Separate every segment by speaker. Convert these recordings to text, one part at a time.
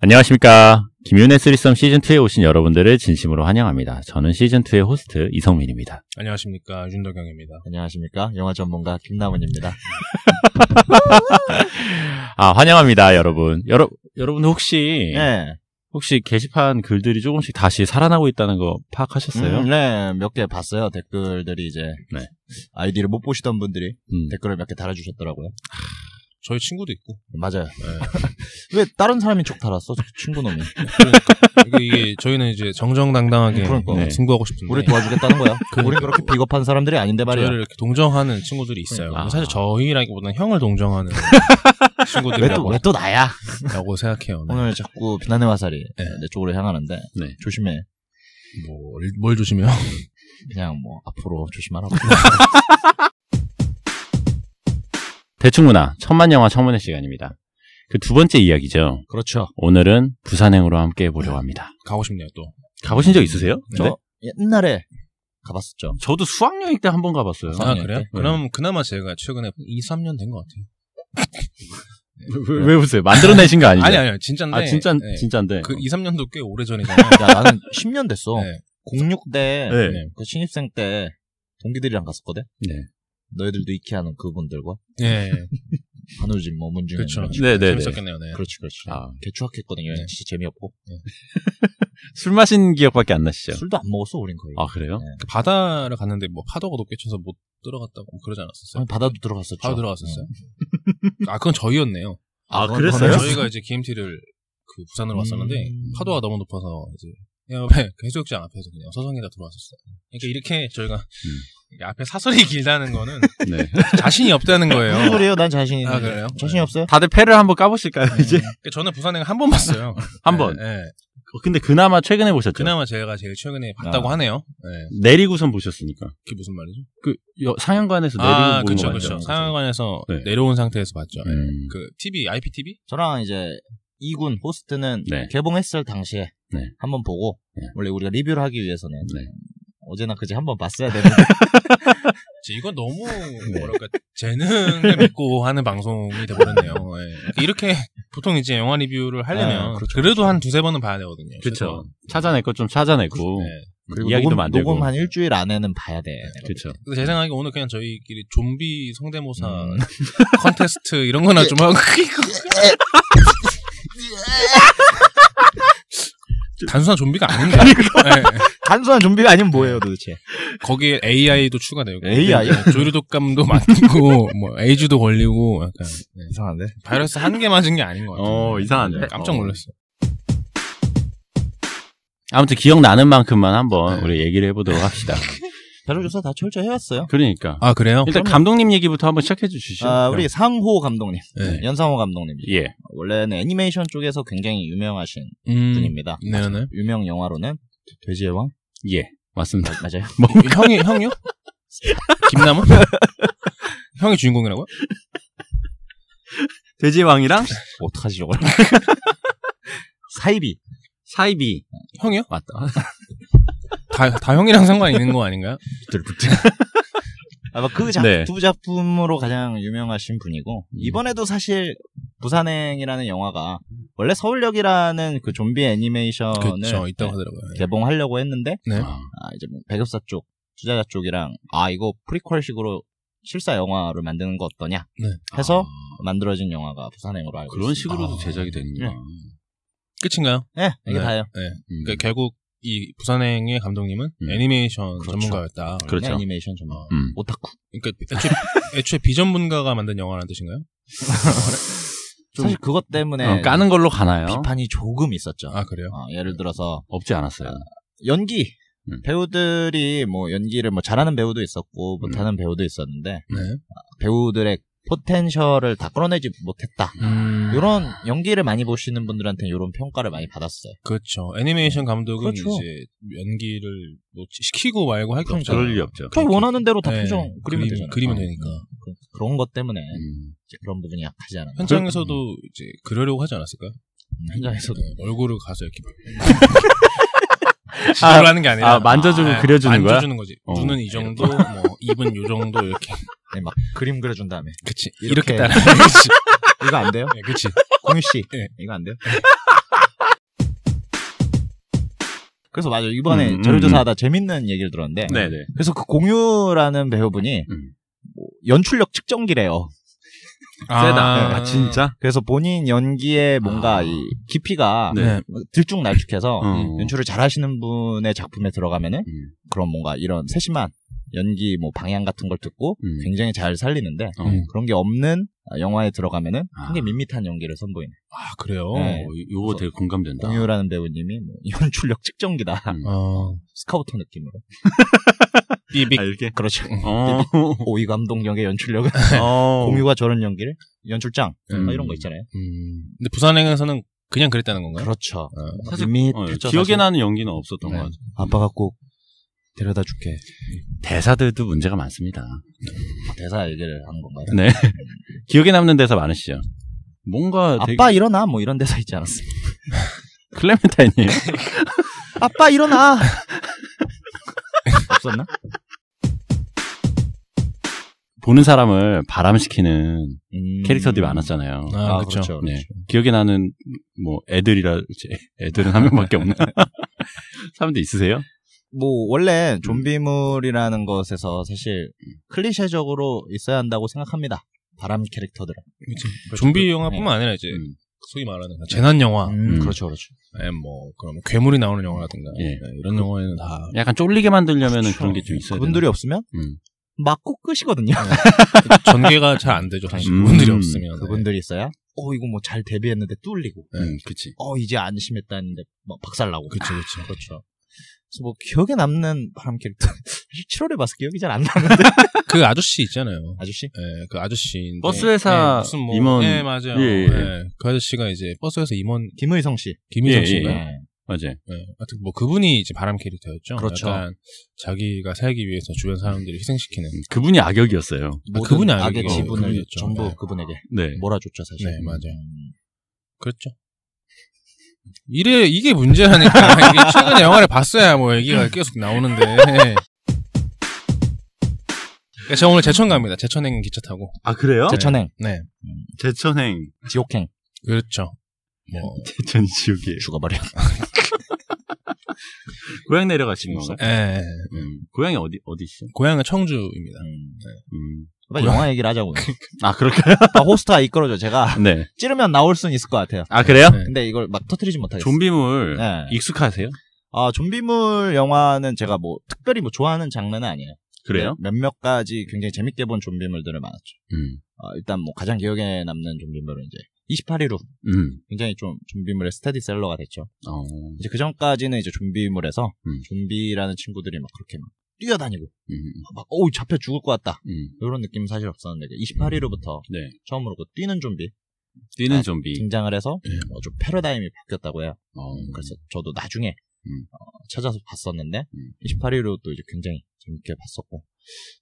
Speaker 1: 안녕하십니까. 김윤의 쓰리썸 시즌2에 오신 여러분들을 진심으로 환영합니다. 저는 시즌2의 호스트 이성민입니다.
Speaker 2: 안녕하십니까 윤덕영입니다.
Speaker 3: 안녕하십니까. 영화 전문가 김남은입니다.
Speaker 1: 아, 환영합니다, 여러분. 여러, 여러분
Speaker 2: 예.
Speaker 1: 혹시,
Speaker 3: 네.
Speaker 1: 혹시 게시판 글들이 조금씩 다시 살아나고 있다는 거 파악하셨어요?
Speaker 3: 음,
Speaker 1: 음.
Speaker 3: 네. 몇 개 봤어요. 댓글들이 이제.
Speaker 1: 네.
Speaker 3: 아이디를 못 보시던 분들이
Speaker 1: 음.
Speaker 3: 댓글을 몇 개 달아주셨더라고요.
Speaker 2: 저희 친구도 있고
Speaker 3: 맞아요. 왜 다른 사람이 촉 달았어? 저 친구놈이.
Speaker 2: 이게, 이게 저희는 이제 정정당당하게
Speaker 3: 그러니까.
Speaker 2: 네. 친구하고 싶은데
Speaker 3: 우리 도와주겠다는 거야. 우린 그렇게 비겁한 사람들이 아닌데 말이야. 아.
Speaker 2: 저희를 이렇게 동정하는 친구들이 있어요.
Speaker 1: 그러니까.
Speaker 2: 사실 저희라기보다는 형을 동정하는
Speaker 3: 왜 또,
Speaker 2: 친구들이라고
Speaker 3: 왜 또 나야?
Speaker 2: 라고 생각해요. 네.
Speaker 3: 오늘 자꾸 비난의 화살이
Speaker 2: 네.
Speaker 3: 내 쪽으로 향하는데.
Speaker 1: 네.
Speaker 3: 조심해.
Speaker 2: 뭐, 뭘, 뭘 조심해요?
Speaker 3: 그냥 뭐, 앞으로 조심하라고.
Speaker 1: 대충 문화, 천만 영화 청문회 시간입니다. 그 두 번째 이야기죠.
Speaker 3: 그렇죠.
Speaker 1: 오늘은 부산행으로 함께 해보려고 합니다.
Speaker 2: 가고 싶네요 또.
Speaker 1: 가보신 적 있으세요?
Speaker 2: 네.
Speaker 3: 저 옛날에 가봤었죠.
Speaker 1: 저도 수학여행 때 한 번 가봤어요.
Speaker 2: 아
Speaker 3: 네,
Speaker 2: 그래요?
Speaker 3: 네.
Speaker 2: 그럼 그나마 제가 최근에 2, 3년 된 것 같아요.
Speaker 1: 왜, 왜 웃어요? 만들어내신 거 아니죠?
Speaker 2: 아니 아니요 진짠데.
Speaker 1: 아, 진짜,
Speaker 2: 네.
Speaker 1: 진짜인데.
Speaker 2: 그 2, 3년도 꽤 오래 전이잖아요.
Speaker 3: 야, 네, 그러니까 나는 10년 됐어.
Speaker 2: 네.
Speaker 3: 06대
Speaker 1: 네.
Speaker 2: 네.
Speaker 3: 그 신입생 때 동기들이랑 갔었거든.
Speaker 1: 네.
Speaker 3: 너희들도 이케하는 그분들과
Speaker 2: 네.
Speaker 3: 한우진 뭐 문중이
Speaker 2: 그렇죠.
Speaker 1: 네, 네, 네.
Speaker 2: 재밌었겠네요. 네.
Speaker 3: 그렇지 그렇지.
Speaker 1: 아.
Speaker 3: 개추악했거든 여행 진짜 재미없고
Speaker 1: 술 마신 기억밖에 안 나시죠?
Speaker 3: 술도 안 먹었어 우린 거의.
Speaker 1: 아, 그래요?
Speaker 2: 그 바다를 갔는데 뭐 파도가 높게 쳐서 못 들어갔다고 뭐 그러지 않았었어요?
Speaker 3: 아니, 바다도 들어갔었죠. 네.
Speaker 2: 바로 들어갔었어요. 아 그건 저희였네요.
Speaker 1: 아,
Speaker 3: 그건
Speaker 1: 그랬어요?
Speaker 3: 그래요?
Speaker 2: 저희가 이제 GMT를 그 부산으로 왔었는데
Speaker 3: 음.
Speaker 2: 파도가 너무 높아서 이제 그냥 앞에 그 해수욕장 앞에서 그냥 서성이다 들어왔었어요. 그러니까 이렇게 저희가 이 앞에 사설이 길다는 거는
Speaker 1: 네.
Speaker 2: 자신이 없다는 거예요.
Speaker 3: 무슨 소리예요? 그 난 자신이
Speaker 2: 아, 그래요?
Speaker 3: 자신이
Speaker 2: 네.
Speaker 3: 없어요?
Speaker 1: 다들 패를 한번 까보실까요, 이제?
Speaker 2: 그러니까 저는 부산행 한 번 봤어요.
Speaker 1: 한 번.
Speaker 2: 네, 네.
Speaker 1: 어, 근데 그나마 최근에 보셨죠?
Speaker 2: 그나마 제가 제일 최근에 봤다고
Speaker 1: 아.
Speaker 2: 하네요. 네.
Speaker 1: 내리고선 보셨으니까.
Speaker 2: 그게 무슨 말이죠?
Speaker 1: 그 여- 상영관에서 내리고
Speaker 2: 아,
Speaker 1: 보는
Speaker 2: 그렇죠,
Speaker 1: 거
Speaker 2: 그렇죠.
Speaker 1: 맞죠?
Speaker 2: 상황관에서
Speaker 1: 네.
Speaker 2: 내려온 상태에서 봤죠. 네.
Speaker 1: 음.
Speaker 2: 그 TV, IPTV?
Speaker 3: 저랑 이제 이군 호스트는
Speaker 1: 네.
Speaker 3: 개봉했을 당시에
Speaker 1: 네.
Speaker 3: 한번 보고
Speaker 1: 네.
Speaker 3: 원래 우리가 리뷰를 하기 위해서는
Speaker 1: 네.
Speaker 3: 어제나 그제 한번 봤어야 되는데
Speaker 2: 이제 이건 너무
Speaker 1: 네.
Speaker 2: 뭐랄까 재능을 믿고 하는 방송이 돼버렸네요. 예. 이렇게 보통 이제 영화 리뷰를 하려면
Speaker 3: 아,
Speaker 2: 그래도한 두세 번은 봐야 되거든요.
Speaker 1: 그렇죠. 찾아낼 것 좀 찾아내고.
Speaker 2: 최소한. 예.
Speaker 1: 이야기도 만들고.
Speaker 3: 녹음 한 일주일 안에는 봐야 돼.
Speaker 1: 그렇죠.
Speaker 2: 근데 제 생각에 오늘 그냥 저희끼리 좀비 성대모사
Speaker 3: 음.
Speaker 2: 컨테스트 이런 거나 좀 하고 단순한 좀비가 아닌데 예.
Speaker 3: 단순한 좀비가 아니면 뭐예요 도대체?
Speaker 2: 거기에 AI도 추가되고
Speaker 3: AI?
Speaker 2: 예, 조류독감도 맡기고 뭐 에이즈도 걸리고 약간
Speaker 3: 이상한데?
Speaker 2: 바이러스 한 개 맞은 게 아닌 것 같아요. 네,
Speaker 1: 어, 이상한데?
Speaker 2: 깜짝 놀랐어요.
Speaker 1: 아무튼 기억나는 만큼만 한번
Speaker 2: 네.
Speaker 1: 우리 얘기를 해보도록 합시다.
Speaker 3: 자료 조사 다 철저히 해왔어요.
Speaker 1: 그러니까.
Speaker 2: 아 그래요?
Speaker 1: 일단
Speaker 3: 그럼요.
Speaker 1: 감독님 얘기부터 한번 시작해 주시죠. 네.
Speaker 3: 아, 우리 상호 감독님,
Speaker 2: 네.
Speaker 3: 연상호 감독님.
Speaker 1: 그렇죠. 예.
Speaker 3: 원래는 애니메이션 쪽에서 굉장히 유명하신
Speaker 2: 음,
Speaker 3: 분입니다.
Speaker 2: 네네.
Speaker 3: 유명 영화로는 돼지의 왕
Speaker 1: 예. 맞습니다. 뭐?
Speaker 3: 맞아요.
Speaker 2: 형이 형이요? 김남은? 형이 주인공이라고요?
Speaker 1: 돼지왕이랑
Speaker 3: 어떡하지 저걸? 사이비.
Speaker 1: 사이비.
Speaker 2: 형이요?
Speaker 1: 맞다.
Speaker 2: 다, 다 형이랑 상관 있는 거 아닌가요?
Speaker 3: 아마 그 작,
Speaker 1: 네.
Speaker 3: 두 작품으로 가장 유명하신 분이고
Speaker 1: 음.
Speaker 3: 이번에도 사실 부산행이라는 영화가 원래 서울역이라는 그 좀비
Speaker 1: 어,
Speaker 3: 애니메이션을
Speaker 2: 그렇죠. 있다고
Speaker 3: 네,
Speaker 2: 하더라고요.
Speaker 3: 개봉하려고 했는데
Speaker 2: 네.
Speaker 1: 아,
Speaker 3: 아, 이제 뭐 배급사 쪽 투자자 쪽이랑 아 이거 프리퀄식으로 실사 영화를 만드는 거 어떠냐
Speaker 2: 네.
Speaker 3: 해서
Speaker 1: 아,
Speaker 3: 만들어진 영화가 부산행으로 알고
Speaker 1: 그런
Speaker 3: 있습니다.
Speaker 1: 식으로도 제작이 되는구나.
Speaker 3: 네.
Speaker 2: 아. 끝인가요?
Speaker 3: 네, 이게
Speaker 2: 네.
Speaker 3: 다예요.
Speaker 2: 네.
Speaker 1: 음.
Speaker 2: 그러니까 결국 이 부산행의 감독님은
Speaker 1: 음.
Speaker 2: 애니메이션
Speaker 3: 그렇죠.
Speaker 2: 전문가였다.
Speaker 1: 그렇죠.
Speaker 3: 그냥 애니메이션 전문.
Speaker 1: 음.
Speaker 3: 오타쿠.
Speaker 2: 그러니까 애초에, 애초에 비전문가가 만든 영화라는 뜻인가요?
Speaker 1: 좀-
Speaker 3: 사실 그것 때문에
Speaker 1: 어, 까는 걸로 가나요?
Speaker 3: 네. 비판이 조금 있었죠.
Speaker 2: 아 그래요?
Speaker 3: 어, 예를 들어서
Speaker 1: 없지 않았어요.
Speaker 3: 연기
Speaker 1: 음.
Speaker 3: 배우들이 뭐 연기를 뭐 잘하는 배우도 있었고 못하는 배우도 있었는데 어,
Speaker 2: 네.
Speaker 3: 배우들의 포텐셜을 다 끌어내지 못했다.
Speaker 2: 음.
Speaker 3: 이런 연기를 많이 보시는 분들한테 이런 평가를 많이 받았어요.
Speaker 2: 그렇죠. 애니메이션 감독은
Speaker 3: 그렇죠.
Speaker 2: 이제 연기를 뭐 시키고 말고 할 게
Speaker 3: 그러니까.
Speaker 2: 없잖아요.
Speaker 1: 네. 그럴 리 없죠.
Speaker 3: 자기 원하는 대로 다
Speaker 2: 네,
Speaker 3: 표정
Speaker 2: 그림-
Speaker 3: 그리면 되잖아요.
Speaker 2: 그리면 음.
Speaker 3: 어,
Speaker 2: 되니까.
Speaker 3: 그, 그런 것 때문에
Speaker 1: 음.
Speaker 3: 이제 그런 부분이 약하지 않았나.
Speaker 2: 현장에서도 이제 그러려고 하지 않았을까요?
Speaker 3: 음, 현장에서도
Speaker 2: 네, 얼굴을 가서 이렇게 지도를 하는 게 아니라 네,
Speaker 1: 아, 만져주고 그려주는 거야?
Speaker 2: 만져주는 거지.
Speaker 1: 어.
Speaker 2: 눈은 이 정도, 뭐 입은 요 정도 이렇게.
Speaker 3: 네, 막 그림 그려준 다음에
Speaker 2: 그치.
Speaker 3: 이렇게
Speaker 2: 이렇게 따라. 그치.
Speaker 3: 이거 안 돼요?
Speaker 2: 네, 그치.
Speaker 1: 예.
Speaker 3: 공유 씨
Speaker 2: 네.
Speaker 3: 이거 안 돼요? 그래서 맞아요. 이번에
Speaker 1: 음, 음,
Speaker 3: 자료조사하다 재밌는 얘기를 들었는데
Speaker 2: 네네.
Speaker 3: 그래서 그 공유라는 배우분이
Speaker 1: 음.
Speaker 3: 뭐 연출력 측정기래요.
Speaker 1: 세다.
Speaker 3: 네.
Speaker 1: 아, 진짜?
Speaker 3: 그래서 본인 연기에 뭔가
Speaker 1: 아.
Speaker 3: 이 깊이가 그
Speaker 1: 네.
Speaker 3: 들쭉날쭉해서 음,
Speaker 1: 어.
Speaker 3: 연출을 잘하시는 분의 작품에 들어가면은
Speaker 1: 음.
Speaker 3: 그런 뭔가 이런 세심한 연기 뭐 방향 같은 걸 듣고
Speaker 1: 음.
Speaker 3: 굉장히 잘 살리는데
Speaker 1: 어.
Speaker 2: 음.
Speaker 3: 그런 게 없는 영화에 들어가면은
Speaker 1: 아.
Speaker 3: 굉장히 밋밋한 연기를 선보이는
Speaker 2: 아, 그래요?
Speaker 3: 네.
Speaker 1: 어, 이- 요거 되게 공감된다.
Speaker 3: 공유라는 배우님이 뭐 연출력 측정기다
Speaker 1: 음.
Speaker 2: 어.
Speaker 3: 스카우터 느낌으로
Speaker 2: 삐빅.
Speaker 1: 알게.
Speaker 3: 그렇죠
Speaker 1: 아, 어.
Speaker 3: 오이 감독력의 연출력은
Speaker 2: 네.
Speaker 1: 어.
Speaker 3: 공유가 저런 연기를 연출장
Speaker 1: 음.
Speaker 3: 뭐 이런 거 있잖아요
Speaker 2: 음. 근데 부산행에서는 그냥 그랬다는 건가요?
Speaker 3: 그렇죠
Speaker 1: 어. 사실- 어,
Speaker 3: 밋밋했죠
Speaker 1: 기억에
Speaker 3: 사실.
Speaker 1: 나는 연기는 없었던
Speaker 3: 네.
Speaker 1: 것 같아요.
Speaker 3: 아빠가 꼭 데려다 줄게
Speaker 1: 대사들도 문제가 많습니다.
Speaker 3: 대사 얘기를 한 건가요?
Speaker 1: 네. 기억에 남는 대사 많으시죠? 뭔가 되게
Speaker 3: 아빠 일어나 뭐 이런 대사 있지 않았어요?
Speaker 1: 클레멘타인님
Speaker 3: 아빠 일어나 없었나?
Speaker 1: 보는 사람을 바람시키는
Speaker 3: 음.
Speaker 1: 캐릭터들이 많았잖아요.
Speaker 2: 아,
Speaker 3: 아,
Speaker 2: 그렇죠.
Speaker 3: 그렇죠.
Speaker 1: 네. 기억에 나는 뭐 애들이라 제- 애들은 한 명밖에 없나? 사람들 있으세요?
Speaker 3: 뭐 원래 좀비물이라는 것에서 사실
Speaker 1: 음.
Speaker 3: 클리셰적으로 있어야 한다고 생각합니다. 바람 캐릭터들은.
Speaker 2: 좀비 영화뿐만 아니라 이제
Speaker 1: 네. 그렇죠. 음.
Speaker 2: 소위 말하는 재난 영화,
Speaker 1: 음.
Speaker 3: 그렇죠, 그렇죠.
Speaker 2: 예, 뭐 그럼 괴물이 나오는 영화라든가
Speaker 1: 예.
Speaker 2: 예, 이런 영화에는 다
Speaker 1: 약간 쫄리게 만들려면 은 그런 게 좀 있어야
Speaker 3: 그렇죠. 그분들이 없으면
Speaker 1: 되나? 음.
Speaker 3: 맞고 끝이거든요.
Speaker 2: 전개가 잘 안 되죠. 사실
Speaker 1: 음.
Speaker 2: 그분들이 없으면 네.
Speaker 3: 그분들이 있어야 어 이거 뭐 잘 대비했는데 뚫리고
Speaker 1: 음, 그치.
Speaker 3: 어 이제 안심했다는데 막 박살나고.
Speaker 2: 그쵸그쵸
Speaker 3: 그렇죠. 그래서 뭐 기억에 남는 바람 캐릭터 사실 7월에 봐서 기억이 잘 안 나는데
Speaker 2: 그 아저씨 있잖아요.
Speaker 3: 아저씨
Speaker 2: 예, 그 아저씨
Speaker 1: 버스 회사 임원-
Speaker 2: 예, 맞아요.
Speaker 1: 예, 예.
Speaker 2: 예, 그 아저씨가 이제 버스에서 임원
Speaker 3: 김의성 씨.
Speaker 2: 김희정
Speaker 1: 예,
Speaker 2: 씨가
Speaker 3: 네.
Speaker 1: 예. 맞아요.
Speaker 2: 예, 하여튼 뭐 그분이 이제 바람 캐릭터였죠.
Speaker 3: 그렇죠.
Speaker 2: 약간 자기가 살기 위해서 주변 사람들을 희생시키는
Speaker 1: 그분이 악역이었어요.
Speaker 3: 모든
Speaker 2: 그분이 아니고
Speaker 3: 악의
Speaker 2: 이거
Speaker 3: 지분을
Speaker 2: 그분이었죠.
Speaker 3: 전부
Speaker 2: 네.
Speaker 3: 그분에게
Speaker 1: 네.
Speaker 3: 몰아줬죠 사실.
Speaker 2: 네, 맞아요.
Speaker 3: 음.
Speaker 2: 그렇죠. 이래 이게 문제라니까 이게 최근에 영화를 봤어야 뭐 얘기가 계속 나오는데. 그러니까 제가 오늘 제천 갑니다. 제천행 기차 타고.
Speaker 1: 아 그래요?
Speaker 3: 제천행,
Speaker 2: 네,
Speaker 1: 제천행
Speaker 3: 지옥행,
Speaker 2: 그렇죠. 뭐,
Speaker 1: 제천 지옥이에요.
Speaker 3: 죽어버려.
Speaker 1: 고향 내려가신 건가?
Speaker 2: 예, 예.
Speaker 1: 어, 음. 고향이 어디 어디시죠?
Speaker 2: 고향은 청주입니다.
Speaker 1: 음.
Speaker 3: 빨리 영화 얘기를 하자고요.
Speaker 1: 아 그럴까요?
Speaker 3: 아, 호스트가 이끌어줘. 제가
Speaker 1: 네.
Speaker 3: 찌르면 나올 순 있을 것 같아요.
Speaker 1: 아 그래요?
Speaker 2: 네.
Speaker 3: 근데 이걸 막 터트리진 못하겠어요.
Speaker 1: 좀비물
Speaker 3: 네.
Speaker 1: 익숙하세요?
Speaker 3: 아, 좀비물 영화는 제가 뭐 특별히 뭐 좋아하는 장르는 아니에요.
Speaker 1: 그래요?
Speaker 3: 네, 몇몇 가지 굉장히 재밌게 본 좀비물들을 많았죠.
Speaker 1: 음.
Speaker 3: 아, 일단 뭐 가장 기억에 남는 좀비물은 이제 28일 후
Speaker 1: 음.
Speaker 3: 굉장히 좀 좀비물의 스테디셀러가 됐죠.
Speaker 1: 어.
Speaker 3: 이제 그 전까지는 이제 좀비물에서
Speaker 1: 음.
Speaker 3: 좀비라는 친구들이 막 그렇게 막 뛰어다니고
Speaker 1: 음.
Speaker 3: 막 어우 잡혀 죽을 것 같다
Speaker 1: 음.
Speaker 3: 이런 느낌 은 사실 없었는데 28일 후부터
Speaker 1: 네.
Speaker 3: 처음으로 그 뛰는 좀비
Speaker 1: 뛰는
Speaker 3: 아,
Speaker 1: 좀비.
Speaker 3: 등장을 해서
Speaker 1: 네.
Speaker 3: 어, 좀 패러다임이 바뀌었다고 해요.
Speaker 1: 어.
Speaker 3: 그래서 저도 나중에
Speaker 1: 음.
Speaker 3: 어, 찾아서 봤었는데
Speaker 1: 음.
Speaker 3: 28일로 또 이제 굉장히 재밌게 봤었고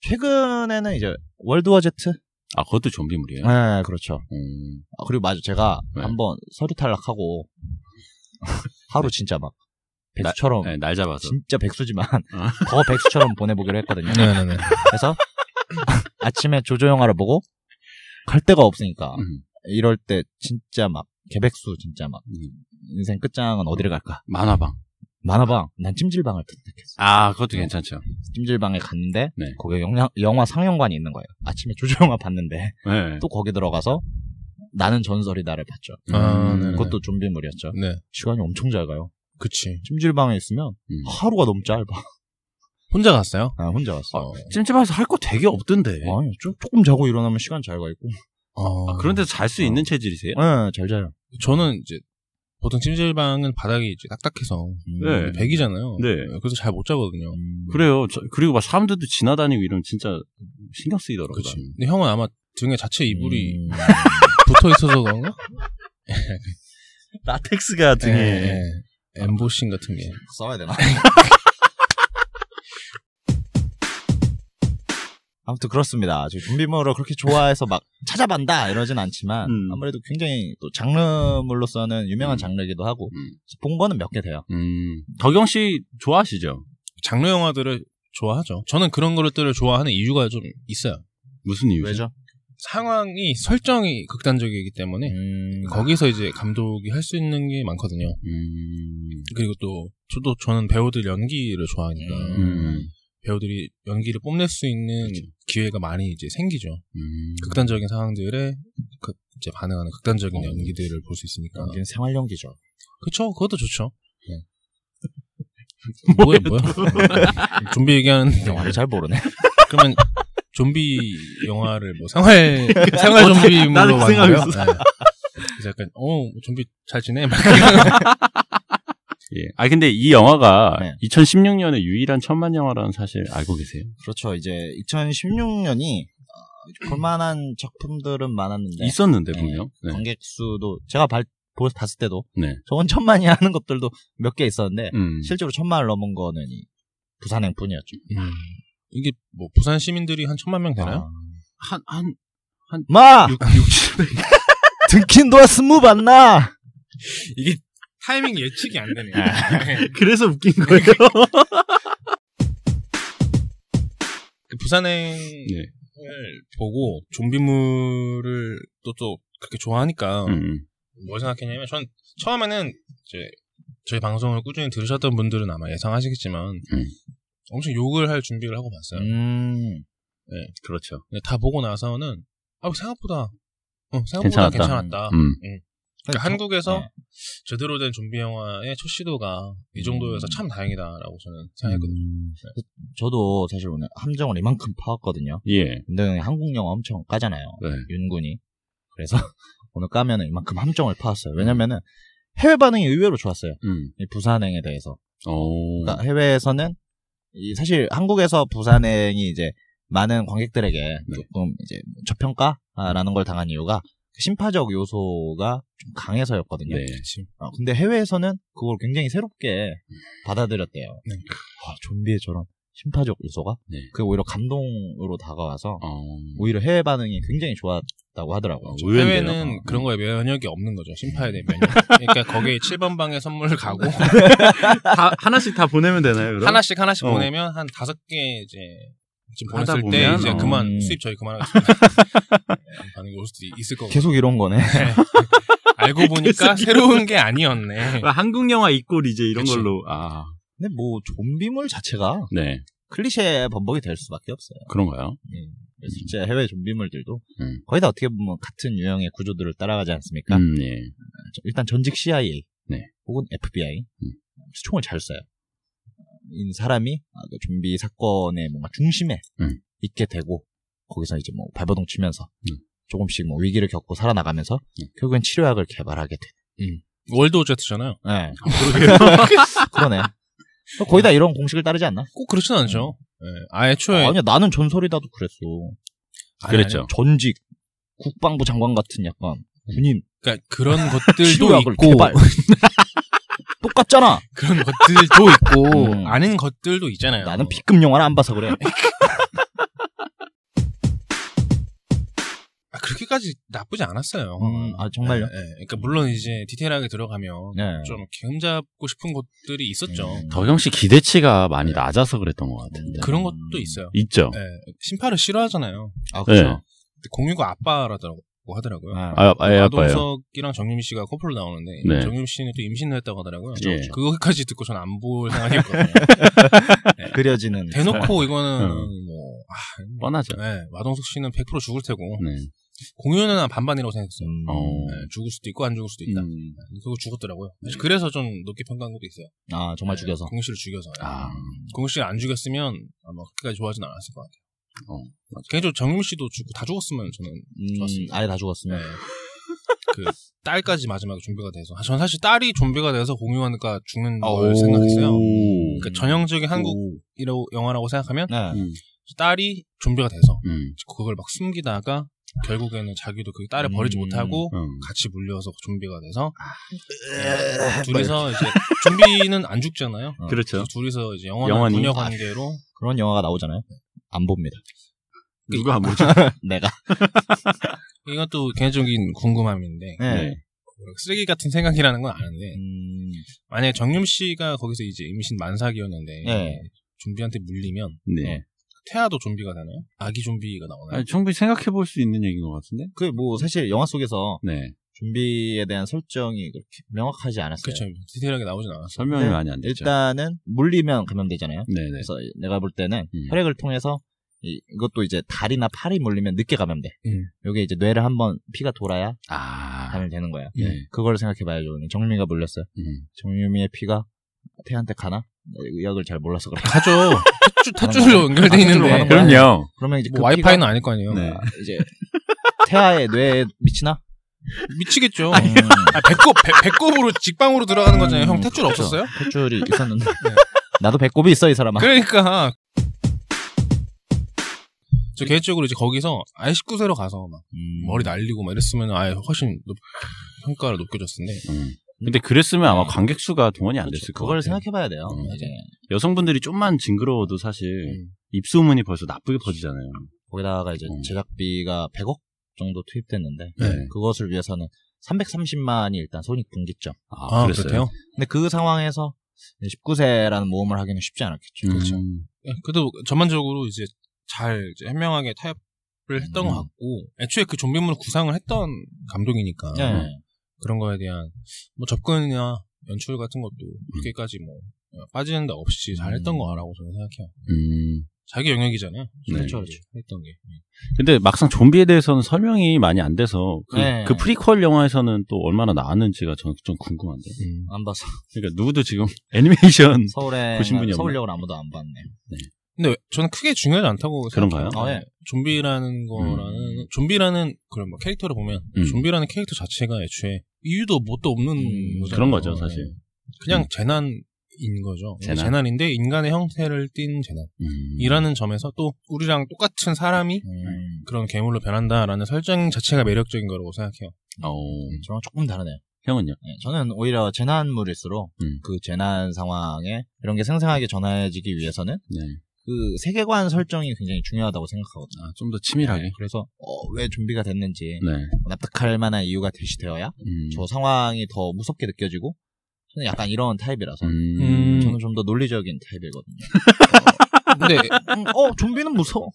Speaker 3: 최근에는 이제 월드워 제트
Speaker 1: 아 그것도 좀비물이에요?
Speaker 3: 네 그렇죠
Speaker 1: 음.
Speaker 3: 아, 그리고 맞아 제가
Speaker 1: 네.
Speaker 3: 한번 서류 탈락하고 하루 진짜 막 백수처럼
Speaker 1: 네, 날 잡아서.
Speaker 3: 진짜 백수지만
Speaker 1: 아.
Speaker 3: 더 백수처럼 보내보기로 했거든요
Speaker 2: 네네네.
Speaker 3: 그래서 아침에 조조 영화를 보고 갈 데가 없으니까
Speaker 1: 음.
Speaker 3: 이럴 때 진짜 막 개백수 진짜 막
Speaker 1: 음.
Speaker 3: 인생 끝장은 어디를 갈까
Speaker 1: 만화방.
Speaker 3: 만화방 난 찜질방을 선택했어
Speaker 1: 아 그것도 괜찮죠.
Speaker 3: 찜질방에 갔는데
Speaker 1: 네.
Speaker 3: 거기 영화, 영화 상영관이 있는 거예요. 아침에 조조영화 봤는데
Speaker 1: 네.
Speaker 3: 또 거기 들어가서 나는 전설이다를 봤죠.
Speaker 2: 아,
Speaker 1: 음,
Speaker 2: 네네.
Speaker 3: 그것도 좀비물이었죠.
Speaker 2: 네,
Speaker 3: 시간이 엄청 잘 가요.
Speaker 2: 그치.
Speaker 3: 찜질방에 있으면
Speaker 1: 음.
Speaker 3: 하루가 너무 짧아.
Speaker 2: 혼자 갔어요?
Speaker 3: 아, 혼자 왔어.
Speaker 2: 어.
Speaker 1: 찜찜해서 할 거 되게 없던데.
Speaker 3: 아니, 예. 좀, 조금 자고 일어나면 시간 잘 가 있고.
Speaker 1: 아, 그런데 잘 수 있는 체질이세요?
Speaker 3: 네, 잘 자요.
Speaker 2: 어. 저는 이제 보통 찜질방은 바닥이 이제 딱딱해서
Speaker 3: 음.
Speaker 1: 네.
Speaker 2: 백이잖아요.
Speaker 1: 네.
Speaker 2: 그래서 잘 못 자거든요.
Speaker 3: 음.
Speaker 1: 그래요. 저- 그리고 막 사람들도 지나다니고 이러면 진짜 신경 쓰이더라고요.
Speaker 2: 그치. 근데 형은 아마 등에 자체 이불이
Speaker 3: 음.
Speaker 2: 붙어 있어서 그런가?
Speaker 1: 라텍스가
Speaker 2: 예, 예. 엠보싱 같은 게.
Speaker 3: 써야 되나? 아무튼 그렇습니다. 저 좀비물을 그렇게 좋아해서 막 찾아본다 이러진 않지만
Speaker 1: 음.
Speaker 3: 아무래도 굉장히 또 장르물로서는 유명한
Speaker 1: 음.
Speaker 3: 장르이기도 하고
Speaker 1: 음.
Speaker 3: 본 거는 몇 개 돼요.
Speaker 1: 음. 덕영 씨 좋아하시죠?
Speaker 2: 장르 영화들을 좋아하죠. 저는 그런 것들을 좋아하는 이유가 좀 있어요.
Speaker 1: 무슨 이유죠?
Speaker 3: 왜죠?
Speaker 2: 상황이 설정이 극단적이기 때문에
Speaker 3: 음,
Speaker 2: 거기서 이제 감독이 할 수 있는 게 많거든요.
Speaker 1: 음.
Speaker 2: 그리고 또 저도 저는 배우들 연기를 좋아하니까
Speaker 3: 음.
Speaker 1: 음.
Speaker 2: 배우들이 연기를 뽐낼 수 있는 기회가 많이 이제 생기죠.
Speaker 1: 음.
Speaker 2: 극단적인 상황들에 그 이제 반응하는 극단적인
Speaker 3: 어. 아.
Speaker 2: 연기들을 볼 수 있으니까.
Speaker 3: 여기는 생활 연기죠.
Speaker 2: 그쵸, 그것도 좋죠. 뭐야, 뭐야? 좀비 얘기하는데.
Speaker 3: 영화를 잘 모르네.
Speaker 2: 그러면 좀비 영화를 뭐 생활, 어, 생활 좀비물로
Speaker 1: 나도 그
Speaker 2: 만들어요?
Speaker 1: 생각했어.
Speaker 2: 네. 그래서 약간, 어, 좀비 잘 지내? 막
Speaker 1: 예. 아 근데 이 영화가
Speaker 3: 네.
Speaker 1: 2016년에 유일한 천만 영화라는 사실 알고 계세요?
Speaker 3: 그렇죠. 이제 2016년이 볼만한 작품들은 많았는데
Speaker 1: 있었는데
Speaker 3: 네.
Speaker 1: 분명. 네.
Speaker 3: 관객 수도 제가 발 보- 봤을 때도
Speaker 1: 네.
Speaker 3: 저건 천만이 하는 것들도 몇 개 있었는데
Speaker 1: 음.
Speaker 3: 실제로 천만을 넘은 거는 이 부산행뿐이었죠.
Speaker 2: 이게 뭐 부산 시민들이 한 천만 명 되나요?
Speaker 1: 한한
Speaker 3: 아. 마
Speaker 2: 아.
Speaker 1: 6, 60.
Speaker 3: 등킨 도와 스무 봤나?
Speaker 2: 이게 타이밍 예측이 안 되네.
Speaker 1: 그래서 웃긴 거예요.
Speaker 2: 그 부산행을
Speaker 1: 네.
Speaker 2: 보고 좀비물을 또, 또 그렇게 좋아하니까
Speaker 1: 음.
Speaker 2: 뭘 생각했냐면 전 처음에는 이제 저희 방송을 꾸준히 들으셨던 분들은 아마 예상하시겠지만
Speaker 1: 음.
Speaker 2: 엄청 욕을 할 준비를 하고 봤어요. 네.
Speaker 3: 음,
Speaker 1: 그렇죠.
Speaker 2: 근데 다 보고 나서는 아 생각보다 어, 생각보다
Speaker 1: 괜찮았다.
Speaker 2: 괜찮았다.
Speaker 1: 음.
Speaker 2: 그러니까 한국에서
Speaker 3: 네.
Speaker 2: 제대로 된 좀비 영화의 첫 시도가 이 정도여서
Speaker 3: 음.
Speaker 2: 참 다행이다라고 저는 생각했거든요.
Speaker 3: 음. 저도 사실 오늘 함정을 이만큼 파왔거든요.
Speaker 1: 예.
Speaker 3: 근데 형이 한국 영화 엄청 까잖아요.
Speaker 1: 네.
Speaker 3: 윤군이. 그래서 오늘 까면은 이만큼 함정을 파왔어요. 왜냐면은 해외 반응이 의외로 좋았어요.
Speaker 1: 음.
Speaker 3: 이 부산행에 대해서.
Speaker 1: 오.
Speaker 3: 그러니까 해외에서는 이 사실 한국에서 부산행이 이제 많은 관객들에게
Speaker 1: 네.
Speaker 3: 조금 이제 저평가라는 걸 당한 이유가 그 심파적 요소가 좀 강해서였거든요.
Speaker 1: 네.
Speaker 3: 어, 근데 해외에서는 그걸 굉장히 새롭게
Speaker 1: 음.
Speaker 3: 받아들였대요.
Speaker 2: 네.
Speaker 3: 와, 좀비의 저런 심파적 요소가
Speaker 1: 네.
Speaker 3: 그게 오히려 감동으로 다가와서
Speaker 1: 어.
Speaker 3: 오히려 해외 반응이 굉장히 좋았다고 하더라고요.
Speaker 1: 어,
Speaker 2: 해외는
Speaker 1: 의외인데요. 음.
Speaker 2: 그런 거에 면역이 없는 거죠. 심파에 대한 면역. 그러니까 거기에 7번 방에 선물 가고
Speaker 1: 다, 하나씩 다 보내면 되나요? 그럼?
Speaker 2: 하나씩 하나씩
Speaker 1: 어.
Speaker 2: 보내면 한 다섯 개 이제 지금
Speaker 1: 하다
Speaker 2: 보냈을 때
Speaker 1: 보면,
Speaker 2: 이제
Speaker 1: 어.
Speaker 2: 그만 수입 저희 그만하겠습니다. 네, 반응이 올 수도 있을
Speaker 1: 어.
Speaker 2: 거고
Speaker 3: 계속 이런 거네.
Speaker 2: 알고 보니까
Speaker 1: 계속
Speaker 2: 새로운 게 아니었네.
Speaker 1: 그러니까 한국 영화 이꼴 이제 이런
Speaker 2: 그치.
Speaker 1: 걸로. 아.
Speaker 3: 근데 뭐 좀비물 자체가
Speaker 1: 네.
Speaker 3: 클리셰 번복이 될 수밖에 없어요.
Speaker 1: 그런가요?
Speaker 3: 그래서 진짜 해외 좀비물들도
Speaker 1: 음.
Speaker 3: 거의 다 어떻게 보면 같은 유형의 구조들을 따라가지 않습니까?
Speaker 1: 음. 예.
Speaker 3: 일단 전직 CIA
Speaker 1: 네.
Speaker 3: 혹은 FBI
Speaker 1: 음.
Speaker 3: 총을 잘 쏴요. 이 사람이 아, 그 좀비 사건의 뭔가 중심에
Speaker 1: 음.
Speaker 3: 있게 되고 거기서 이제 뭐 발버둥 치면서
Speaker 1: 음.
Speaker 3: 조금씩 뭐 위기를 겪고 살아나가면서 결국엔 치료약을 개발하게 돼.
Speaker 2: 월드 오제트잖아요. 네.
Speaker 3: 네. 그러네. 뭐 거의 다 이런 공식을 따르지 않나?
Speaker 2: 꼭 그렇진 않죠. 예, 아예 초에
Speaker 3: 아니야 나는 전설이다도 그랬어.
Speaker 2: 아니,
Speaker 1: 그랬죠.
Speaker 3: 전직 국방부 장관 같은 약간 군인
Speaker 2: 그러니까 그런 것들도
Speaker 3: 치료약을
Speaker 2: 있고
Speaker 3: 개발. 똑같잖아.
Speaker 2: 그런 것들도 있고
Speaker 3: 음.
Speaker 2: 아는 것들도 있잖아요.
Speaker 3: 나는 B급 영화를 안 봐서 그래.
Speaker 2: 아, 그렇게까지 나쁘지 않았어요.
Speaker 3: 음, 아
Speaker 2: 예,
Speaker 3: 정말요?
Speaker 2: 예. 그러니까 물론 이제 디테일하게 들어가면
Speaker 3: 네.
Speaker 2: 좀 흠잡고 싶은 것들이 있었죠.
Speaker 3: 음.
Speaker 1: 덕영 씨 기대치가 많이 낮아서 네. 음, 그랬던 것 같은데.
Speaker 3: 네.
Speaker 2: 그런 것도 있어요.
Speaker 1: 있죠.
Speaker 2: 예, 심파를 싫어하잖아요.
Speaker 3: 아
Speaker 1: 네.
Speaker 3: 그렇죠.
Speaker 2: 근데 공유가 아빠라고 하더라고요.
Speaker 3: 아,
Speaker 1: 아, 아예 아빠예요.
Speaker 2: 마동석이랑 정유미 씨가 커플로 나오는데
Speaker 1: 네.
Speaker 2: 정유미 씨는 또 임신을 했다고 하더라고요.
Speaker 1: 예.
Speaker 2: 그거까지 듣고 전 안볼 생각이었거든요.
Speaker 1: 네.
Speaker 3: 그려지는
Speaker 2: 대놓고 이거는
Speaker 1: 음.
Speaker 2: 뭐 아,
Speaker 1: 뻔하죠.
Speaker 2: 네, 마동석 씨는 100% 죽을 테고
Speaker 1: 네.
Speaker 2: 공유는 한 반반이라고 생각했어요.
Speaker 3: 음.
Speaker 1: 어.
Speaker 2: 네, 죽을 수도 있고 안 죽을 수도 있다. 네.
Speaker 1: 음.
Speaker 2: 그거 죽었더라고요. 그래서 좀 높게 평가한 것도 있어요. 네.
Speaker 3: 아 정말 죽여서
Speaker 2: 공유 씨를 죽여서.
Speaker 1: 아.
Speaker 2: 공유 씨를 안 죽였으면 아마 그렇게까지 좋아하진 않았을 것 같아요.
Speaker 1: 어,
Speaker 2: 개인적으로 정유미 씨도 죽고 다 죽었으면 저는 좋았습니다.
Speaker 3: 음, 아예 다 죽었으면
Speaker 2: 네. 그 딸까지 마지막에 좀비가 돼서 아, 전 사실 딸이 좀비가 돼서 공유하니까 죽는
Speaker 3: 아,
Speaker 2: 걸
Speaker 1: 오.
Speaker 2: 생각했어요.
Speaker 1: 오.
Speaker 2: 그러니까 전형적인 한국
Speaker 1: 오.
Speaker 2: 이라고 영화라고 생각하면
Speaker 3: 네.
Speaker 1: 음.
Speaker 2: 딸이 좀비가 돼서
Speaker 1: 음.
Speaker 2: 그걸 막 숨기다가 결국에는 자기도 그 딸을
Speaker 3: 음.
Speaker 2: 버리지 못하고
Speaker 1: 음.
Speaker 2: 같이 물려서 좀비가 돼서 네. 둘이서 이제 좀비는 안 죽잖아요.
Speaker 1: 그렇죠.
Speaker 2: 그래서 둘이서 이제 영원한
Speaker 1: 영원히.
Speaker 2: 부녀 관계로
Speaker 3: 그런 영화가 나오잖아요. 안 봅니다.
Speaker 1: 누가 안 보죠?
Speaker 3: 내가
Speaker 2: 이것도 개인적인 궁금함인데 뭐
Speaker 1: 네.
Speaker 2: 쓰레기 같은 생각이라는 건 아는데
Speaker 3: 음,
Speaker 2: 만약에 정윤 씨가 거기서 이제 임신 만삭이었는데
Speaker 3: 네.
Speaker 2: 좀비한테 물리면
Speaker 1: 네.
Speaker 2: 태아도 좀비가 되나요? 아기 좀비가 나오나요?
Speaker 1: 어. 아니, 충분히 생각해 볼 수 있는 얘기인 것 같은데?
Speaker 3: 그 뭐 사실 영화 속에서
Speaker 1: 네.
Speaker 3: 좀비에 대한 설정이 그렇게 명확하지 않았어요.
Speaker 2: 그렇죠. 디테일하게 나오진 않았어요.
Speaker 1: 아, 설명이
Speaker 3: 네.
Speaker 1: 많이 안
Speaker 2: 그렇죠.
Speaker 1: 됐죠.
Speaker 3: 일단은 물리면 감염되잖아요.
Speaker 1: 네네.
Speaker 3: 그래서 내가 볼 때는
Speaker 1: 음.
Speaker 3: 혈액을 통해서 이, 것도 이제 다리나 팔이 물리면 늦게 감염돼.
Speaker 2: 음.
Speaker 3: 요게 이제 뇌를 한번 피가 돌아야
Speaker 1: 아.
Speaker 3: 감염되는 거예요.
Speaker 1: 네.
Speaker 3: 그걸 생각해봐야죠. 오늘 정유미가 물렸어요.
Speaker 1: 음.
Speaker 3: 정유미의 피가 태한테 가나? 의학을 잘 몰라서 그래.
Speaker 2: 가죠. 탯줄,
Speaker 3: 가는
Speaker 2: 탯줄로
Speaker 3: 거야.
Speaker 2: 연결돼
Speaker 3: 아, 탯줄로
Speaker 2: 있는데.
Speaker 3: 가는 거야?
Speaker 1: 네, 그럼요.
Speaker 3: 그러면 이제 그
Speaker 2: 뭐 와이파이는
Speaker 3: 피가
Speaker 2: 아닐 거 아니에요.
Speaker 1: 네.
Speaker 3: 이제 태아의 뇌에 미치나?
Speaker 2: 미치겠죠.
Speaker 3: 음,
Speaker 2: 아, 배꼽, 배, 꼽으로 직방으로 들어가는 거잖아요.
Speaker 3: 음,
Speaker 2: 형, 탯줄
Speaker 3: 그렇죠.
Speaker 2: 없었어요?
Speaker 3: 탯줄이 있었는데 나도 배꼽이 있어 이 사람아.
Speaker 2: 네. 그러니까. 저 개인적으로 이제 거기서 아예 19세로 가서 막
Speaker 3: 음,
Speaker 2: 머리 날리고 막 이랬으면 아예 훨씬 높- 평가를 높게 줬었는데.
Speaker 1: 음. 근데 그랬으면 아마 관객 수가 동원이 안 됐을 것
Speaker 3: 그렇죠.
Speaker 1: 같아요.
Speaker 3: 그걸
Speaker 2: 그렇죠.
Speaker 3: 생각해봐야 돼요.
Speaker 1: 음.
Speaker 2: 네.
Speaker 3: 이제
Speaker 1: 여성분들이 좀만 징그러워도 사실
Speaker 2: 음.
Speaker 1: 입소문이 벌써 나쁘게 퍼지잖아요.
Speaker 3: 거기다가 이제
Speaker 1: 음.
Speaker 3: 제작비가 100억 정도 투입됐는데
Speaker 1: 네.
Speaker 3: 그것을 위해서는 330만이 일단 손익분기점.
Speaker 1: 아,
Speaker 2: 그렇
Speaker 1: 그랬어요.
Speaker 2: 대요
Speaker 3: 근데 그 상황에서 19세라는 모험을 하기는 쉽지 않았겠죠.
Speaker 1: 음.
Speaker 2: 예, 그래도 전반적으로 이제 잘 이제 현명하게 타협을 했던
Speaker 3: 음.
Speaker 2: 것 같고 애초에 그 좀비물을 구상을 했던 감독이니까
Speaker 3: 네.
Speaker 1: 아,
Speaker 2: 그런 거에 대한 뭐 접근이나 연출 같은 것도
Speaker 1: 음.
Speaker 2: 그렇게까지 뭐 어, 빠지는 데 없이 잘 했던
Speaker 3: 음.
Speaker 2: 거라고 저는 생각해요.
Speaker 1: 음.
Speaker 2: 자기 영역이잖아요.
Speaker 1: 그렇죠,
Speaker 2: 그렇죠. 했던 게.
Speaker 1: 근데 막상 좀비에 대해서는 설명이 많이 안 돼서 그,
Speaker 3: 네.
Speaker 1: 그 프리퀄 영화에서는 또 얼마나 나왔는지가 저는 좀 궁금한데.
Speaker 3: 안 봐서
Speaker 1: 그러니까 누구도 지금 애니메이션
Speaker 3: 서울에
Speaker 1: 보신 분이 없나?
Speaker 3: 서울역을 아무도 안 봤네요.
Speaker 2: 근데 저는 크게 중요하지 않다고
Speaker 1: 그런가요?
Speaker 2: 생각해요. 네.
Speaker 3: 아, 예.
Speaker 2: 좀비라는 거라는 좀비라는 그런 뭐 캐릭터를 보면
Speaker 1: 음.
Speaker 2: 좀비라는 캐릭터 자체가 애초에 이유도 뭣도 없는
Speaker 3: 음,
Speaker 2: 거잖아요.
Speaker 1: 그런 거죠, 사실.
Speaker 2: 그냥
Speaker 1: 음.
Speaker 2: 재난인 거죠. 예,
Speaker 1: 재난.
Speaker 2: 재난. 인데 인간의 형태를 띈
Speaker 1: 음.
Speaker 2: 재난이라는 점에서 또 우리랑 똑같은 사람이
Speaker 3: 음,
Speaker 2: 그런 괴물로 변한다라는 설정 자체가 매력적인 거라고 생각해요.
Speaker 1: 어,
Speaker 3: 저랑 조금 다르네요.
Speaker 1: 형은요?
Speaker 3: 네, 저는 오히려 재난물일수록
Speaker 1: 음.
Speaker 3: 그 재난 상황에 이런 게 생생하게 전해지기 위해서는
Speaker 1: 네.
Speaker 3: 그 세계관 설정이 굉장히 중요하다고 생각하거든요.
Speaker 1: 아, 좀 더 치밀하게.
Speaker 3: 네, 그래서 어, 왜 좀비가 됐는지
Speaker 1: 네.
Speaker 3: 납득할 만한 이유가 제시되어야
Speaker 1: 음.
Speaker 3: 저 상황이 더 무섭게 느껴지고 저는 약간 이런 타입이라서
Speaker 1: 음.
Speaker 3: 저는 좀 더 논리적인 타입이거든요.
Speaker 2: 근데
Speaker 3: 음, 어 좀비는 무서워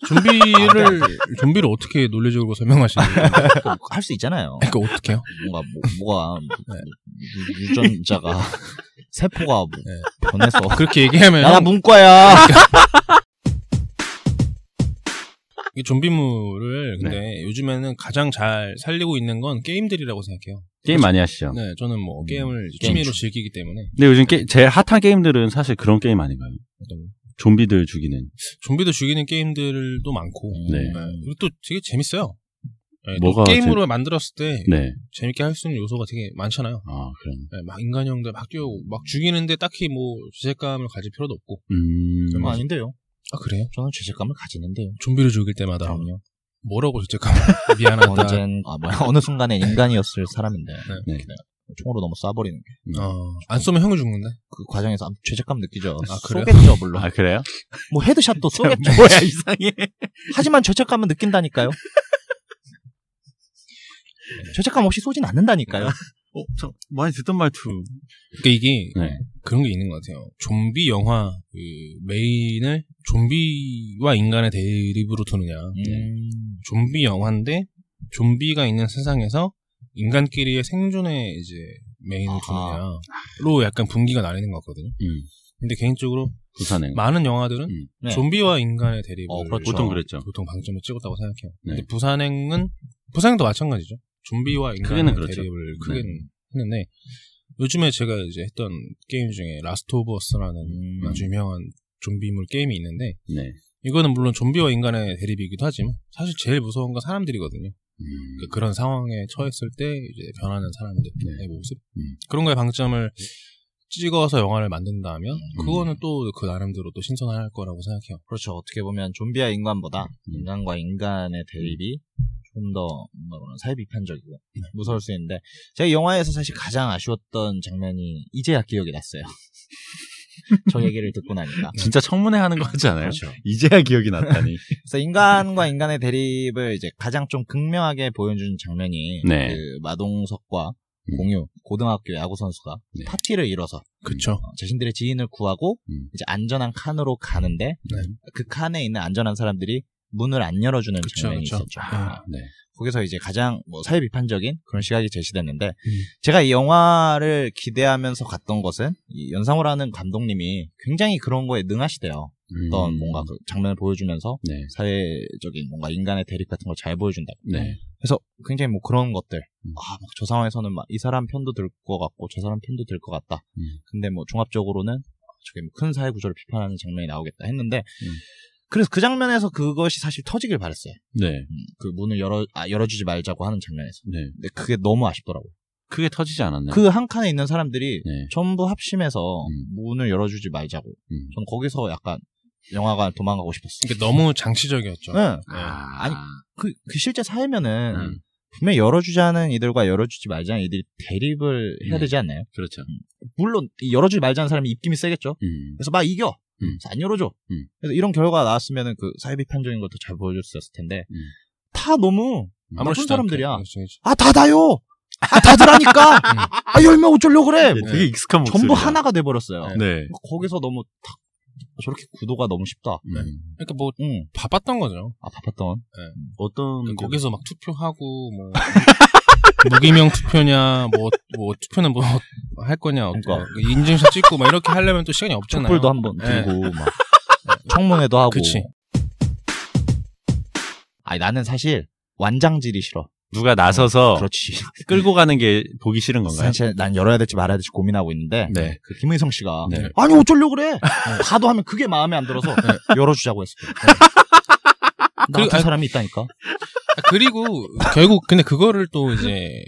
Speaker 2: 좀비를 좀비를 어떻게 논리적으로 설명하시는지
Speaker 3: 그러니까 할 수 있잖아요.
Speaker 2: 그 어떻게요?
Speaker 3: 뭔가 뭐, 뭐가
Speaker 2: 네.
Speaker 3: 유- 유전자가 세포가 뭐
Speaker 2: 네.
Speaker 3: 변해서
Speaker 2: 그렇게 얘기하면
Speaker 3: 야, 나 문과야.
Speaker 2: 이 좀비물을 근데 요즘에는 가장 잘 살리고 있는 건 게임들이라고 생각해요.
Speaker 1: 게임 많이 하시죠?
Speaker 2: 네, 저는 뭐 게임을 이제
Speaker 3: 게임
Speaker 2: 취미로 즐기기 때문에
Speaker 1: 근데 요즘 게, 제일 핫한 게임들은 사실 그런 게임 아닌가요?
Speaker 2: 어떤 거요?
Speaker 1: 좀비들 죽이는.
Speaker 2: 좀비도 죽이는 게임들도 많고
Speaker 1: 네.
Speaker 2: 그리고 또 되게 재밌어요. 네,
Speaker 1: 뭐가
Speaker 2: 또 게임으로 만들었을 때
Speaker 1: 네.
Speaker 2: 재밌게 할 수 있는 요소가 되게 많잖아요.
Speaker 1: 아, 그럼.
Speaker 2: 네, 막 인간형들 막 뛰어오고 막 죽이는데 딱히 뭐 죄책감을 가질 필요도 없고
Speaker 1: 음.
Speaker 3: 저는 아닌데요.
Speaker 2: 아 그래요?
Speaker 3: 저는 죄책감을 가지는데요.
Speaker 2: 좀비를 죽일 때마다
Speaker 3: 그럼요.
Speaker 2: 뭐라고 죄책감을 미안하다.
Speaker 3: 언젠 아 뭐야 어느 순간에 인간이었을 사람인데
Speaker 1: 네.
Speaker 3: 총으로 너무 쏴버리는 게.
Speaker 2: 어, 안 쏘면 형이 죽는데?
Speaker 3: 그 과정에서 아무- 죄책감 느끼죠.
Speaker 2: 아, 그래요?
Speaker 3: 쏘겠죠 물론.
Speaker 1: 아, 그래요?
Speaker 3: 뭐 헤드샷도 쏘겠죠.
Speaker 1: 뭐야, 이상해.
Speaker 3: 하지만 죄책감은 느낀다니까요. 죄책감 없이 쏘진 않는다니까요.
Speaker 1: 어, 저, 많이 듣던 말투.
Speaker 2: 그러니까 이게
Speaker 1: 네.
Speaker 2: 그런 게 있는 것 같아요. 좀비 영화 그 메인을 좀비와 인간의 대립으로 두느냐. 네.
Speaker 3: 음,
Speaker 2: 좀비 영화인데 좀비가 있는 세상에서 인간끼리의 생존의 이제 메인을
Speaker 3: 아하.
Speaker 2: 두느냐로 약간 분기가 나뉘는 것 같거든요.
Speaker 1: 음.
Speaker 2: 근데 개인적으로
Speaker 1: 부산행.
Speaker 2: 많은 영화들은
Speaker 1: 음.
Speaker 3: 네.
Speaker 2: 좀비와 인간의 대립을
Speaker 3: 어, 그렇죠.
Speaker 1: 보통 그랬죠.
Speaker 2: 보통 방점을 찍었다고 생각해요.
Speaker 1: 네.
Speaker 2: 근데 부산행은 부산행도 마찬가지죠. 좀비와 인간의
Speaker 1: 크게는 그렇죠.
Speaker 2: 대립을 크게 는 했는데 요즘에 제가 이제 했던 게임 중에 라스트 오브 어스라는
Speaker 3: 음.
Speaker 2: 아주 유명한 좀비물 게임이 있는데
Speaker 1: 네.
Speaker 2: 이거는 물론 좀비와 인간의 대립이기도 하지만 사실 제일 무서운 건 사람들이거든요.
Speaker 1: 음.
Speaker 2: 그런 상황에 처했을 때 이제 변하는 사람들의
Speaker 3: 네.
Speaker 2: 모습
Speaker 1: 음.
Speaker 2: 그런 거에 방점을 찍어서 영화를 만든다면
Speaker 3: 음.
Speaker 2: 그거는 또 그 나름대로 또 신선할 거라고 생각해요.
Speaker 3: 그렇죠. 어떻게 보면 좀비와 인간보다 인간과 인간의 대립이 조금 더 뭔가 그런 사회 비판적이고 무서울 수 있는데 제가 이 영화에서 사실 가장 아쉬웠던 장면이 이제야 기억이 났어요. 저 얘기를 듣고 나니까.
Speaker 1: 진짜 청문회 하는 거 같지 않아요? 이제야 기억이 났다니.
Speaker 3: 그래서 인간과 인간의 대립을 이제 가장 좀 극명하게 보여준 장면이
Speaker 1: 네.
Speaker 3: 그 마동석과
Speaker 1: 음.
Speaker 3: 공유 고등학교 야구 선수가
Speaker 1: 네.
Speaker 3: 파티를 이뤄서
Speaker 2: 그쵸.
Speaker 3: 어, 자신들의 지인을 구하고
Speaker 1: 음.
Speaker 3: 이제 안전한 칸으로 가는데
Speaker 2: 네.
Speaker 3: 그 칸에 있는 안전한 사람들이 문을 안 열어주는
Speaker 2: 그쵸,
Speaker 3: 장면이
Speaker 2: 그쵸.
Speaker 3: 있었죠. 어,
Speaker 2: 아.
Speaker 1: 네.
Speaker 3: 거기서 이제 가장 뭐 사회 비판적인 그런 시각이 제시됐는데
Speaker 2: 음.
Speaker 3: 제가 이 영화를 기대하면서 갔던 것은 이 연상호라는 감독님이 굉장히 그런 거에 능하시대요. 어떤
Speaker 1: 음.
Speaker 3: 뭔가 그 장면을 보여주면서
Speaker 1: 네.
Speaker 3: 사회적인 뭔가 인간의 대립 같은 걸 잘 보여준다.
Speaker 1: 네. 음.
Speaker 3: 그래서 굉장히 뭐 그런 것들 아, 막 저 상황에서는 막 이 사람 편도 들 것 같고 저 사람 편도 들 것 같다.
Speaker 1: 음.
Speaker 3: 근데 뭐 종합적으로는 저게 뭐큰 사회 구조를 비판하는 장면이 나오겠다 했는데
Speaker 1: 음.
Speaker 3: 그래서 그 장면에서 그것이 사실 터지길 바랬어요.
Speaker 1: 네.
Speaker 3: 음, 그 문을 열어 아, 열어주지 말자고 하는 장면에서.
Speaker 1: 네.
Speaker 3: 근데 그게 너무 아쉽더라고요.
Speaker 1: 크게 터지지 않았나요?
Speaker 3: 그 한 칸에 있는 사람들이
Speaker 1: 네.
Speaker 3: 전부 합심해서
Speaker 1: 음.
Speaker 3: 문을 열어주지 말자고.
Speaker 1: 음.
Speaker 3: 전 거기서 약간 영화관 도망가고 싶었어요.
Speaker 2: 이게 너무 장치적이었죠.
Speaker 3: 네.
Speaker 1: 아,
Speaker 3: 아니, 그, 그 실제 사회면은
Speaker 1: 음.
Speaker 3: 분명 히 열어주자는 이들과 열어주지 말자는 이들이 대립을 해야
Speaker 1: 네.
Speaker 3: 되지 않나요?
Speaker 1: 그렇죠.
Speaker 3: 물론 이 열어주지 말자는 사람이 입김이 세겠죠.
Speaker 1: 음.
Speaker 3: 그래서 막 이겨.
Speaker 1: 음.
Speaker 3: 그래서 안 열어줘.
Speaker 1: 음.
Speaker 3: 그래서 이런 결과가 나왔으면은 그 사회 비판적인 것도 잘 보여줬었을 텐데
Speaker 1: 음.
Speaker 3: 다 너무
Speaker 2: 아무렇지도
Speaker 3: 나쁜 사람들이야.
Speaker 2: 않게. 그렇지,
Speaker 3: 아 다다요. 아 다들하니까. 아 열면 어쩌려 그래.
Speaker 1: 음.
Speaker 3: 뭐
Speaker 1: 네, 되게 익숙한 목소리.
Speaker 3: 전부 하나가 돼버렸어요. 뭐
Speaker 2: 네.
Speaker 1: 네.
Speaker 3: 거기서 너무 탁 저렇게 구도가 너무 쉽다.
Speaker 1: 네.
Speaker 2: 그렇지. 그러니까 뭐
Speaker 3: 응.
Speaker 2: 바빴던 거죠.
Speaker 3: 아 바빴던.
Speaker 1: 어떤
Speaker 3: 뭐.
Speaker 2: 그러니까 거기서 막 투표하고 뭐 무기명 투표냐 뭐 뭐 투표는 뭐 할 거냐 어떤
Speaker 3: 그러니까.
Speaker 2: 거. 인증샷 찍고 막 이렇게 하려면 또 시간이 없잖아요.
Speaker 3: 촛불도 한번
Speaker 2: 네.
Speaker 3: 들고 막 청문회도 하고.
Speaker 2: 그치.
Speaker 3: 아니 나는 사실 완장질이 싫어.
Speaker 1: 누가
Speaker 2: 어.
Speaker 1: 나서서
Speaker 3: 그렇지.
Speaker 1: 끌고 가는 게 보기 싫은 건가요?
Speaker 3: 사실 난 열어야 될지 말아야 될지 고민하고 있는데
Speaker 1: 네.
Speaker 3: 그 김은성 씨가
Speaker 1: 네.
Speaker 3: 아니 어쩌려 그래. 봐도 하면 그게 마음에 안 들어서 열어주자고 했어. 나
Speaker 2: 네. 그리고-
Speaker 3: 같은
Speaker 2: 아,
Speaker 3: 사람이 있다니까.
Speaker 2: 아, 그리고 결국 근데 그거를 또 이제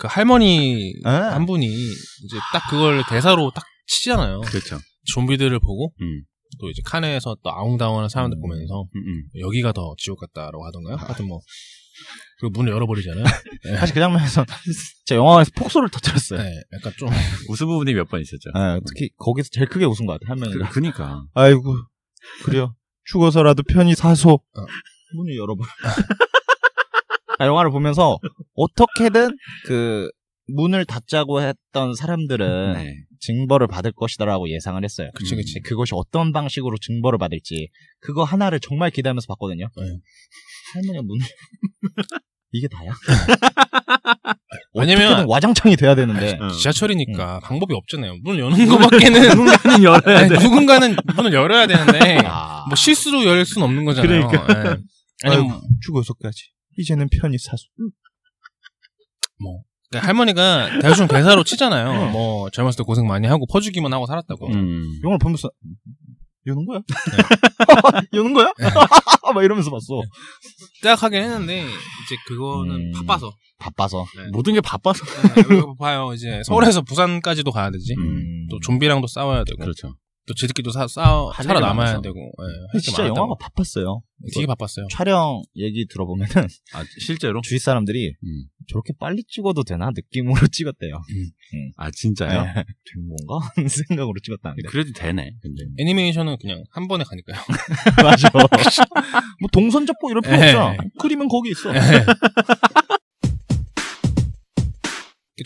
Speaker 2: 그 할머니
Speaker 3: 네.
Speaker 2: 한 분이 이제 딱 그걸 대사로 딱 치잖아요.
Speaker 1: 그렇죠.
Speaker 2: 좀비들을 보고
Speaker 1: 음.
Speaker 2: 또 이제 칸에서 또 아웅다웅하는 사람들
Speaker 3: 음.
Speaker 2: 보면서
Speaker 1: 음, 음.
Speaker 2: 여기가 더 지옥 같다라고 하던가요? 하여튼 뭐 그리고 문을 열어버리잖아요.
Speaker 3: 사실 그 장면에서 제가 영화관에서 폭소를 터뜨렸어요.
Speaker 2: 네, 약간 좀
Speaker 1: 웃은 부분이 몇 번 있었죠.
Speaker 3: 네, 특히 거기서 제일 크게 웃은 것 같아 한 명이.
Speaker 1: 그, 그니까.
Speaker 3: 아이고 그래요 죽어서라도 편히 사소 문을 열어봐 아, 영화를 보면서 어떻게든 그 문을 닫자고 했던 사람들은
Speaker 1: 네.
Speaker 3: 징벌을 받을 것이다라고 예상을 했어요
Speaker 2: 그치, 그치.
Speaker 3: 근데 그것이 어떤 방식으로 징벌을 받을지 그거 하나를 정말 기대하면서 봤거든요
Speaker 2: 네.
Speaker 3: 할머니가 문을 이게 다야?
Speaker 2: 왜냐면 네.
Speaker 3: 어떻게든 와장창이 돼야 되는데
Speaker 1: 어.
Speaker 2: 지하철이니까 방법이 없잖아요. 문을 여는 것밖에는
Speaker 1: 누군가는 열어야
Speaker 2: 아니,
Speaker 1: 돼.
Speaker 2: 누군가는 문을 열어야 되는데
Speaker 3: 아,
Speaker 2: 뭐 실수로 열 수는 없는 거잖아요. 그러니까. 아니면
Speaker 3: 아이고, 죽어서까지 이제는 편히 사소
Speaker 2: 그러니까 할머니가 대충 대사로 치잖아요.
Speaker 3: 네.
Speaker 2: 뭐 젊었을 때 고생 많이 하고 퍼주기만 하고 살았다고.
Speaker 1: 음.
Speaker 3: 영화를 보면서 여는 거야? 여는 거야? 막 이러면서 봤어.
Speaker 2: 딱 하긴 했는데 이제 그거는
Speaker 3: 음.
Speaker 2: 바빠서
Speaker 3: 바빠서.
Speaker 1: 모든 게 바빠서.
Speaker 2: 네, 이거 봐요.
Speaker 3: 음.
Speaker 2: 이제 서울에서 부산까지도 가야 되지.
Speaker 1: 음.
Speaker 2: 또 좀비랑도 싸워야 되고
Speaker 1: 그렇죠.
Speaker 2: 또 지들끼리도 사, 싸워
Speaker 3: 할 일이
Speaker 2: 살아남아야
Speaker 3: 많아서.
Speaker 2: 되고. 예, 할게
Speaker 3: 근데 진짜
Speaker 2: 많았다고.
Speaker 3: 영화가 바빴어요.
Speaker 2: 되게 바빴어요.
Speaker 3: 촬영 얘기 들어보면은
Speaker 1: 아, 실제로?
Speaker 3: 주위 사람들이
Speaker 1: 음.
Speaker 3: 저렇게 빨리 찍어도 되나 느낌으로 찍었대요.
Speaker 1: 아, 진짜요?
Speaker 3: 네. 된 건가? 하는 생각으로 찍었다는데.
Speaker 1: 그래도 되네, 근데.
Speaker 2: 애니메이션은 그냥 한 번에 가니까요.
Speaker 3: 맞아. 뭐 동선 잡고 이럴 필요
Speaker 2: 예.
Speaker 3: 없잖아. 그림은 거기 있어. 네.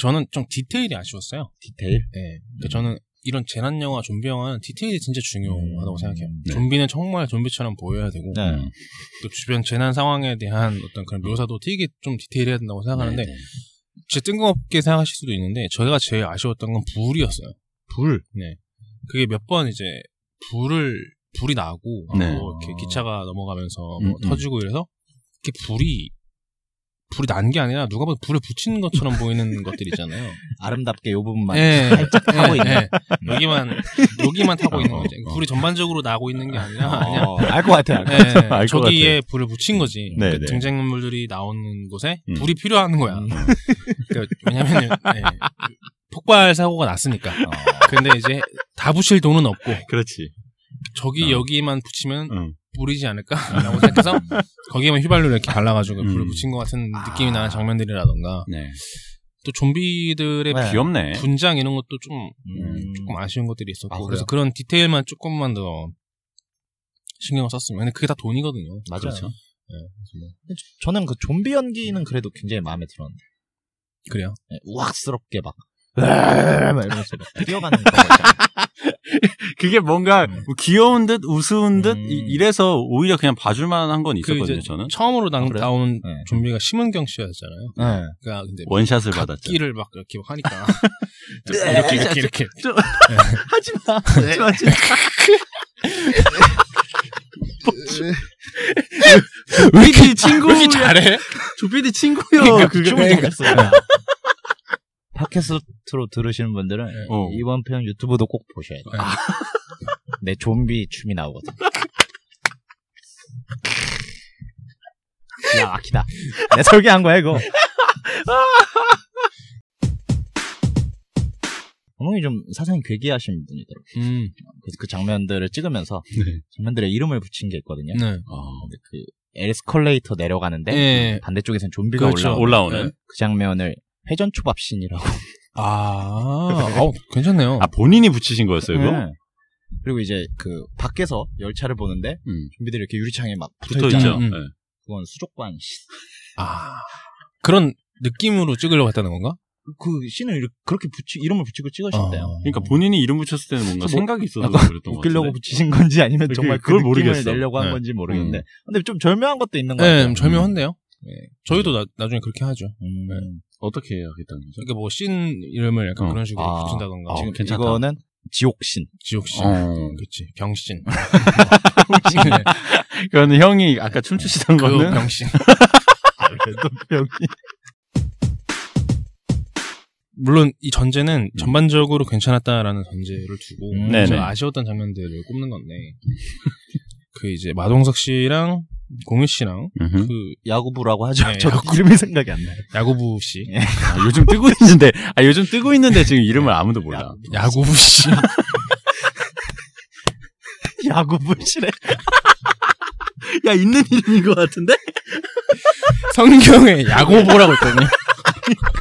Speaker 2: 저는 좀 디테일이 아쉬웠어요.
Speaker 3: 디테일.
Speaker 2: 예.
Speaker 3: 음.
Speaker 2: 그러니까 저는 이런 재난 영화, 좀비 영화는 디테일이 진짜 중요하다고
Speaker 3: 음.
Speaker 2: 생각해요.
Speaker 1: 네.
Speaker 2: 좀비는 정말 좀비처럼 보여야 되고
Speaker 3: 네.
Speaker 1: 음.
Speaker 2: 또그 주변 재난 상황에 대한 어떤 그런 묘사도 되게 좀 디테일해야 된다고 생각하는데
Speaker 1: 네, 네.
Speaker 2: 진짜 뜬금없게 생각하실 수도 있는데 제가 제일 아쉬웠던 건 불이었어요.
Speaker 3: 불.
Speaker 2: 네. 그게 몇 번 이제 불을 불이 나고
Speaker 1: 네.
Speaker 2: 뭐 이렇게 기차가 넘어가면서 뭐
Speaker 1: 음, 음.
Speaker 2: 터지고 이래서 이렇게 불이 불이 난 게 아니라 누가 봐도 불을 붙이는 것처럼 보이는 것들 있잖아요.
Speaker 3: 아름답게 요 부분만
Speaker 2: 예.
Speaker 3: 살짝 타고
Speaker 2: 예,
Speaker 3: 있는.
Speaker 2: 예. 여기만 여기만 타고 있는 거죠.
Speaker 1: 어, 어.
Speaker 2: 불이 전반적으로 나고 있는 게 아니라 그냥
Speaker 3: 어, 알 것 같아. 알것
Speaker 2: 예,
Speaker 3: 같아. 알것
Speaker 2: 저기에 불을 붙인 거지.
Speaker 1: 네,
Speaker 2: 그
Speaker 1: 네.
Speaker 2: 등장인물들이 나오는 곳에
Speaker 1: 음.
Speaker 2: 불이 필요한 거야.
Speaker 3: 음.
Speaker 2: 그러니까 왜냐면 예, 폭발 사고가 났으니까.
Speaker 3: 같아.
Speaker 2: 근데 이제 다 붙일 돈은 없고
Speaker 1: 그렇지.
Speaker 2: 저기
Speaker 1: 어.
Speaker 2: 여기만 붙이면
Speaker 1: 응.
Speaker 2: 불이지 않을까라고 생각해서 거기에만 휘발유를 이렇게 발라가지고
Speaker 1: 음.
Speaker 2: 불을 붙인 것 같은
Speaker 3: 아.
Speaker 2: 느낌이 나는 장면들이라던가
Speaker 1: 네.
Speaker 2: 또 좀비들의
Speaker 3: 네.
Speaker 1: 귀엽네.
Speaker 2: 분장 이런 것도 좀
Speaker 3: 음.
Speaker 2: 조금 아쉬운 것들이 있었고
Speaker 3: 아, 그래요?
Speaker 2: 그래서 그런 디테일만 조금만 더 신경을 썼으면 근데 그게 다 돈이거든요.
Speaker 3: 맞아요.
Speaker 2: 그렇죠.
Speaker 3: 근데 저- 저는 그 좀비 연기는 그래도 굉장히 마음에 들었는데
Speaker 2: 그래요.
Speaker 3: 네, 우악스럽게 막, 으아, 막 이러면서 막 뛰어가는 거. 약간.
Speaker 1: 그게 뭔가 뭐 귀여운 듯 우스운 듯
Speaker 3: 음.
Speaker 1: 이- 이래서 오히려 그냥 봐줄만한 건
Speaker 2: 그
Speaker 1: 있었거든요.
Speaker 2: 이제
Speaker 1: 저는
Speaker 2: 처음으로 당,
Speaker 3: 그래요?
Speaker 2: 나온
Speaker 3: 네.
Speaker 2: 좀비가 심은경 씨였잖아요.
Speaker 3: 네.
Speaker 2: 그러니까 근데
Speaker 1: 원샷을 받았죠.
Speaker 2: 각기를 막 이렇게 막 하니까 이렇게 이렇게 이렇게
Speaker 1: 네. 하지 마. 하지 마. 하지 마. 왜 이렇게 친구야?
Speaker 2: 왜 이렇게 잘해?
Speaker 1: 조피디
Speaker 2: 그러니까
Speaker 1: 친구야.
Speaker 2: 춤을
Speaker 1: 그게
Speaker 2: 좀
Speaker 3: 그랬어요. 팟캐스트로 들으시는 분들은
Speaker 2: 네.
Speaker 1: 어.
Speaker 3: 이번 편 유튜브도 꼭 보셔야 돼요.
Speaker 2: 네.
Speaker 3: 내 좀비 춤이 나오거든. 야, 아키다. 내 설계한 거야, 이거. 어머니 좀 사상이 괴기하신 분이더라고요.
Speaker 2: 음,
Speaker 3: 그래서 그 장면들을 찍으면서
Speaker 1: 네.
Speaker 3: 장면들의 이름을 붙인 게 있거든요.
Speaker 2: 네.
Speaker 1: 어.
Speaker 3: 근데 그 에스컬레이터
Speaker 1: 네.
Speaker 3: 내려가는데
Speaker 2: 예.
Speaker 3: 반대쪽에선 좀비가
Speaker 2: 그렇죠.
Speaker 3: 올라오는
Speaker 1: 그러니까 올라오는.
Speaker 3: 그 장면을 회전초밥신이라고.
Speaker 2: 아, 아우, 괜찮네요.
Speaker 1: 아 본인이 붙이신 거였어요, 이거?
Speaker 3: 네. 그리고 이제 그 밖에서 열차를 보는데
Speaker 1: 음.
Speaker 3: 좀비들이 이렇게 유리창에 막
Speaker 1: 붙어
Speaker 3: 붙어있잖아.
Speaker 1: 있죠.
Speaker 2: 음, 음.
Speaker 1: 네.
Speaker 3: 그건 수족관 씬.
Speaker 2: 아, 그런 느낌으로 찍으려고 했다는 건가?
Speaker 3: 그 씬을 이렇게 그렇게 붙이 이름을 붙이고 찍으셨대요.
Speaker 2: 어.
Speaker 1: 그러니까 본인이 이름 붙였을 때는 뭔가
Speaker 3: 뭐-
Speaker 1: 생각이 있어서 그랬던 것
Speaker 3: 웃기려고
Speaker 1: 같은데.
Speaker 3: 붙이신 건지 아니면
Speaker 1: 그-
Speaker 3: 정말 그
Speaker 1: 그걸
Speaker 3: 느낌을
Speaker 1: 모르겠어. 음.
Speaker 3: 내려고 한
Speaker 2: 네.
Speaker 3: 건지 모르겠는데 근데 좀 절묘한 것도 있는 것
Speaker 2: 네,
Speaker 3: 같아요.
Speaker 2: 절묘한데요.
Speaker 3: 네.
Speaker 2: 저희도 나, 나중에 그렇게 하죠.
Speaker 3: 음.
Speaker 1: 네. 어떻게 하겠다는 거죠?
Speaker 2: 그러니까 뭐 씬 이름을 약간
Speaker 1: 어.
Speaker 2: 그런 식으로
Speaker 3: 아.
Speaker 2: 붙인다던가
Speaker 1: 아,
Speaker 2: 지금
Speaker 1: 괜찮다.
Speaker 3: 이거는 지옥신.
Speaker 2: 지옥씬,
Speaker 1: 어.
Speaker 2: 그렇지 병신, 네,
Speaker 1: 그건 형이 아까 춤추시던
Speaker 2: 그거
Speaker 1: 거는
Speaker 2: 병신. 물론 이 전제는 전반적으로 괜찮았다라는 전제를 두고
Speaker 3: 음.
Speaker 1: 네네.
Speaker 2: 저 아쉬웠던 장면들을 꼽는 건데 그 이제 마동석 씨랑 공유 씨랑
Speaker 1: 음흠.
Speaker 2: 그
Speaker 3: 야구부라고 하죠.
Speaker 2: 네,
Speaker 3: 저도 이름이 생각이 안 나요.
Speaker 2: 야구부 씨,
Speaker 1: 아, 요즘 뜨고 있는데 아 요즘 뜨고 있는데 지금 이름을 아무도 몰라.
Speaker 2: 야구부 씨,
Speaker 3: 야구부시래.
Speaker 1: 야 있는 이름인 것 같은데?
Speaker 2: 성경에 야구보라고 있거든요.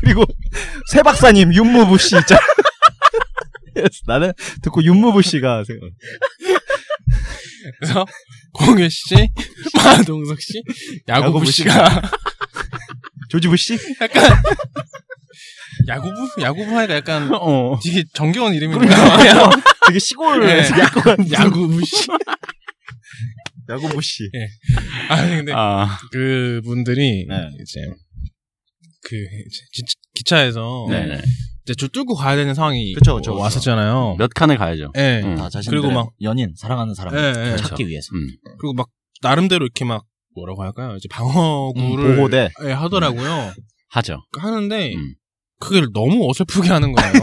Speaker 3: 그리고 새 박사님 윤무부 씨 있잖아. 그래서 나는 듣고 윤무부 씨가 생각.
Speaker 2: 그래서 공유 씨, 마동석 씨, 야구부
Speaker 3: 야구부
Speaker 2: 씨가
Speaker 3: 조지부 씨?
Speaker 2: 야구부 야구부 하니까 약간
Speaker 1: 어.
Speaker 2: 되게 정겨운 이름이니까
Speaker 3: 되게 시골
Speaker 1: 네.
Speaker 2: 예.
Speaker 3: 야구
Speaker 2: 야구부 씨.
Speaker 3: 야구부 씨.
Speaker 2: 아니 근데
Speaker 1: 아.
Speaker 2: 그 분들이
Speaker 3: 네.
Speaker 2: 이제 그 이제 기- 기차에서
Speaker 1: 네네.
Speaker 2: 이제 줄 뚫고 가야 되는 상황이
Speaker 3: 그쵸, 그쵸, 그쵸.
Speaker 2: 왔었잖아요.
Speaker 1: 몇 칸을 가야죠.
Speaker 2: 예.
Speaker 1: 음.
Speaker 3: 다 아, 자신들의
Speaker 2: 그리고 막-
Speaker 3: 연인 사랑하는 사람
Speaker 2: 예, 예.
Speaker 3: 찾기 위해서
Speaker 1: 음.
Speaker 2: 그리고 막 나름대로 이렇게 막 뭐라고 할까요? 이제 방어구를
Speaker 3: 음, 보호대.
Speaker 2: 예, 하더라고요.
Speaker 1: 하죠.
Speaker 2: 하는데
Speaker 1: 음.
Speaker 2: 그걸 너무 어설프게 하는 거예요.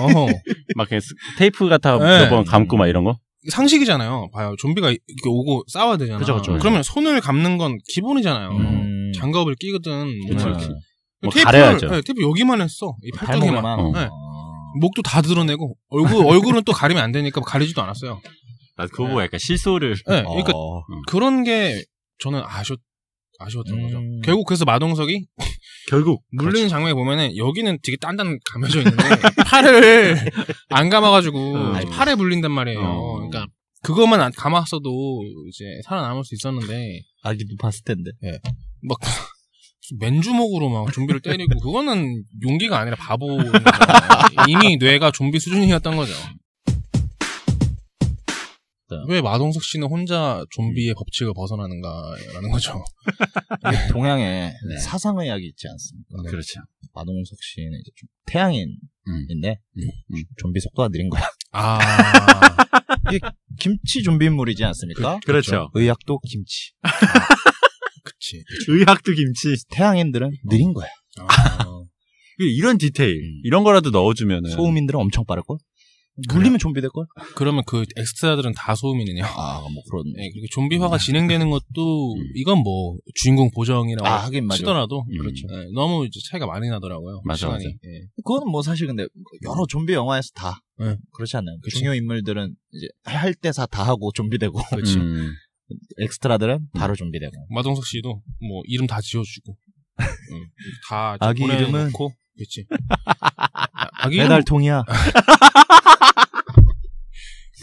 Speaker 1: 막 이렇게 스- 테이프 같아
Speaker 2: 네.
Speaker 1: 몇번 감고 막 이런 거.
Speaker 2: 상식이잖아요. 봐요. 좀비가 이렇게 오고 싸워야 되잖아요.
Speaker 1: 그쵸, 그쵸, 그쵸.
Speaker 2: 러면 손을 감는 건 기본이잖아요.
Speaker 1: 음.
Speaker 2: 어, 장갑을 끼거든.
Speaker 1: 그쵸, 그쵸.
Speaker 2: 뭔가 이렇게.
Speaker 1: 뭐
Speaker 2: 테이프를-
Speaker 1: 가려야죠.
Speaker 2: 예, 테이프 여기만 했어. 이 팔뚝에만.
Speaker 3: 발목만.
Speaker 1: 어.
Speaker 2: 네.
Speaker 3: 어.
Speaker 2: 목도 다 드러내고 얼굴 얼굴은 또 가리면 안 되니까 가리지도 않았어요.
Speaker 1: 나 아, 그거 보고 약간 실소를.
Speaker 2: 네, 그러니까
Speaker 3: 어.
Speaker 2: 그런 게 저는 아쉬웠 아쉬웠던 거죠.
Speaker 3: 음.
Speaker 2: 결국 그래서 마동석이
Speaker 1: 결국 그렇죠.
Speaker 2: 물리는 장면에 보면은 여기는 되게 딴딴 감아져 있는데 팔을 안 감아가지고
Speaker 1: 음.
Speaker 2: 팔에 물린단 말이에요.
Speaker 1: 어.
Speaker 2: 그러니까 그것만 안 감았어도 이제 살아남을 수 있었는데
Speaker 3: 아기도 봤을 텐데.
Speaker 2: 막 무슨 맨주먹으로 막 좀비를 때리고 그거는 용기가 아니라 바보 이미 뇌가 좀비 수준이었던 거죠. 왜 마동석 씨는 혼자 좀비의 법칙을 벗어나는가라는 거죠.
Speaker 3: 동양에
Speaker 1: 네.
Speaker 3: 사상의 약이 있지 않습니까?
Speaker 1: 그렇죠. 그렇죠.
Speaker 3: 마동석 씨는 이제 좀 태양인인데
Speaker 1: 음. 음.
Speaker 3: 좀비 속도가 느린 거야.
Speaker 2: 아,
Speaker 3: 김치 좀비물이지 않습니까?
Speaker 1: 그렇죠.
Speaker 3: 의학도 김치.
Speaker 2: 그치.
Speaker 1: 의학도 김치.
Speaker 3: 태양인들은 느린 거야.
Speaker 2: 아,
Speaker 1: 그 이런 디테일 이런 거라도 넣어주면
Speaker 3: 네. 소음인들은 엄청 빠를걸? 물리면 좀비 될걸?
Speaker 2: 그러면 그 엑스트라들은 다 소음이네요.
Speaker 3: 아, 뭐 그런.
Speaker 2: 네, 그리고 좀비화가 진행되는 것도
Speaker 1: 음.
Speaker 2: 이건 뭐 주인공 보정이라고
Speaker 3: 아, 하긴 맞아.
Speaker 2: 치더라도
Speaker 1: 음.
Speaker 2: 그렇죠. 네, 너무 이제 차이가 많이 나더라고요.
Speaker 1: 맞아,
Speaker 2: 시간이.
Speaker 1: 맞아.
Speaker 2: 예.
Speaker 3: 그거는 뭐 사실 근데 여러 좀비 영화에서 다
Speaker 2: 네.
Speaker 3: 그렇지 않나요?
Speaker 2: 그치.
Speaker 3: 중요 인물들은 이제 할 대사 다 하고 좀비 되고
Speaker 2: 그치.
Speaker 1: 음.
Speaker 3: 엑스트라들은 바로 좀비 되고.
Speaker 2: 마동석 씨도 뭐 이름 다 지어주고 응. 다 이제
Speaker 3: 아기
Speaker 2: 보내놓고.
Speaker 3: 이름은?
Speaker 2: 그치. 아, 아기 이름
Speaker 3: 배달통이야.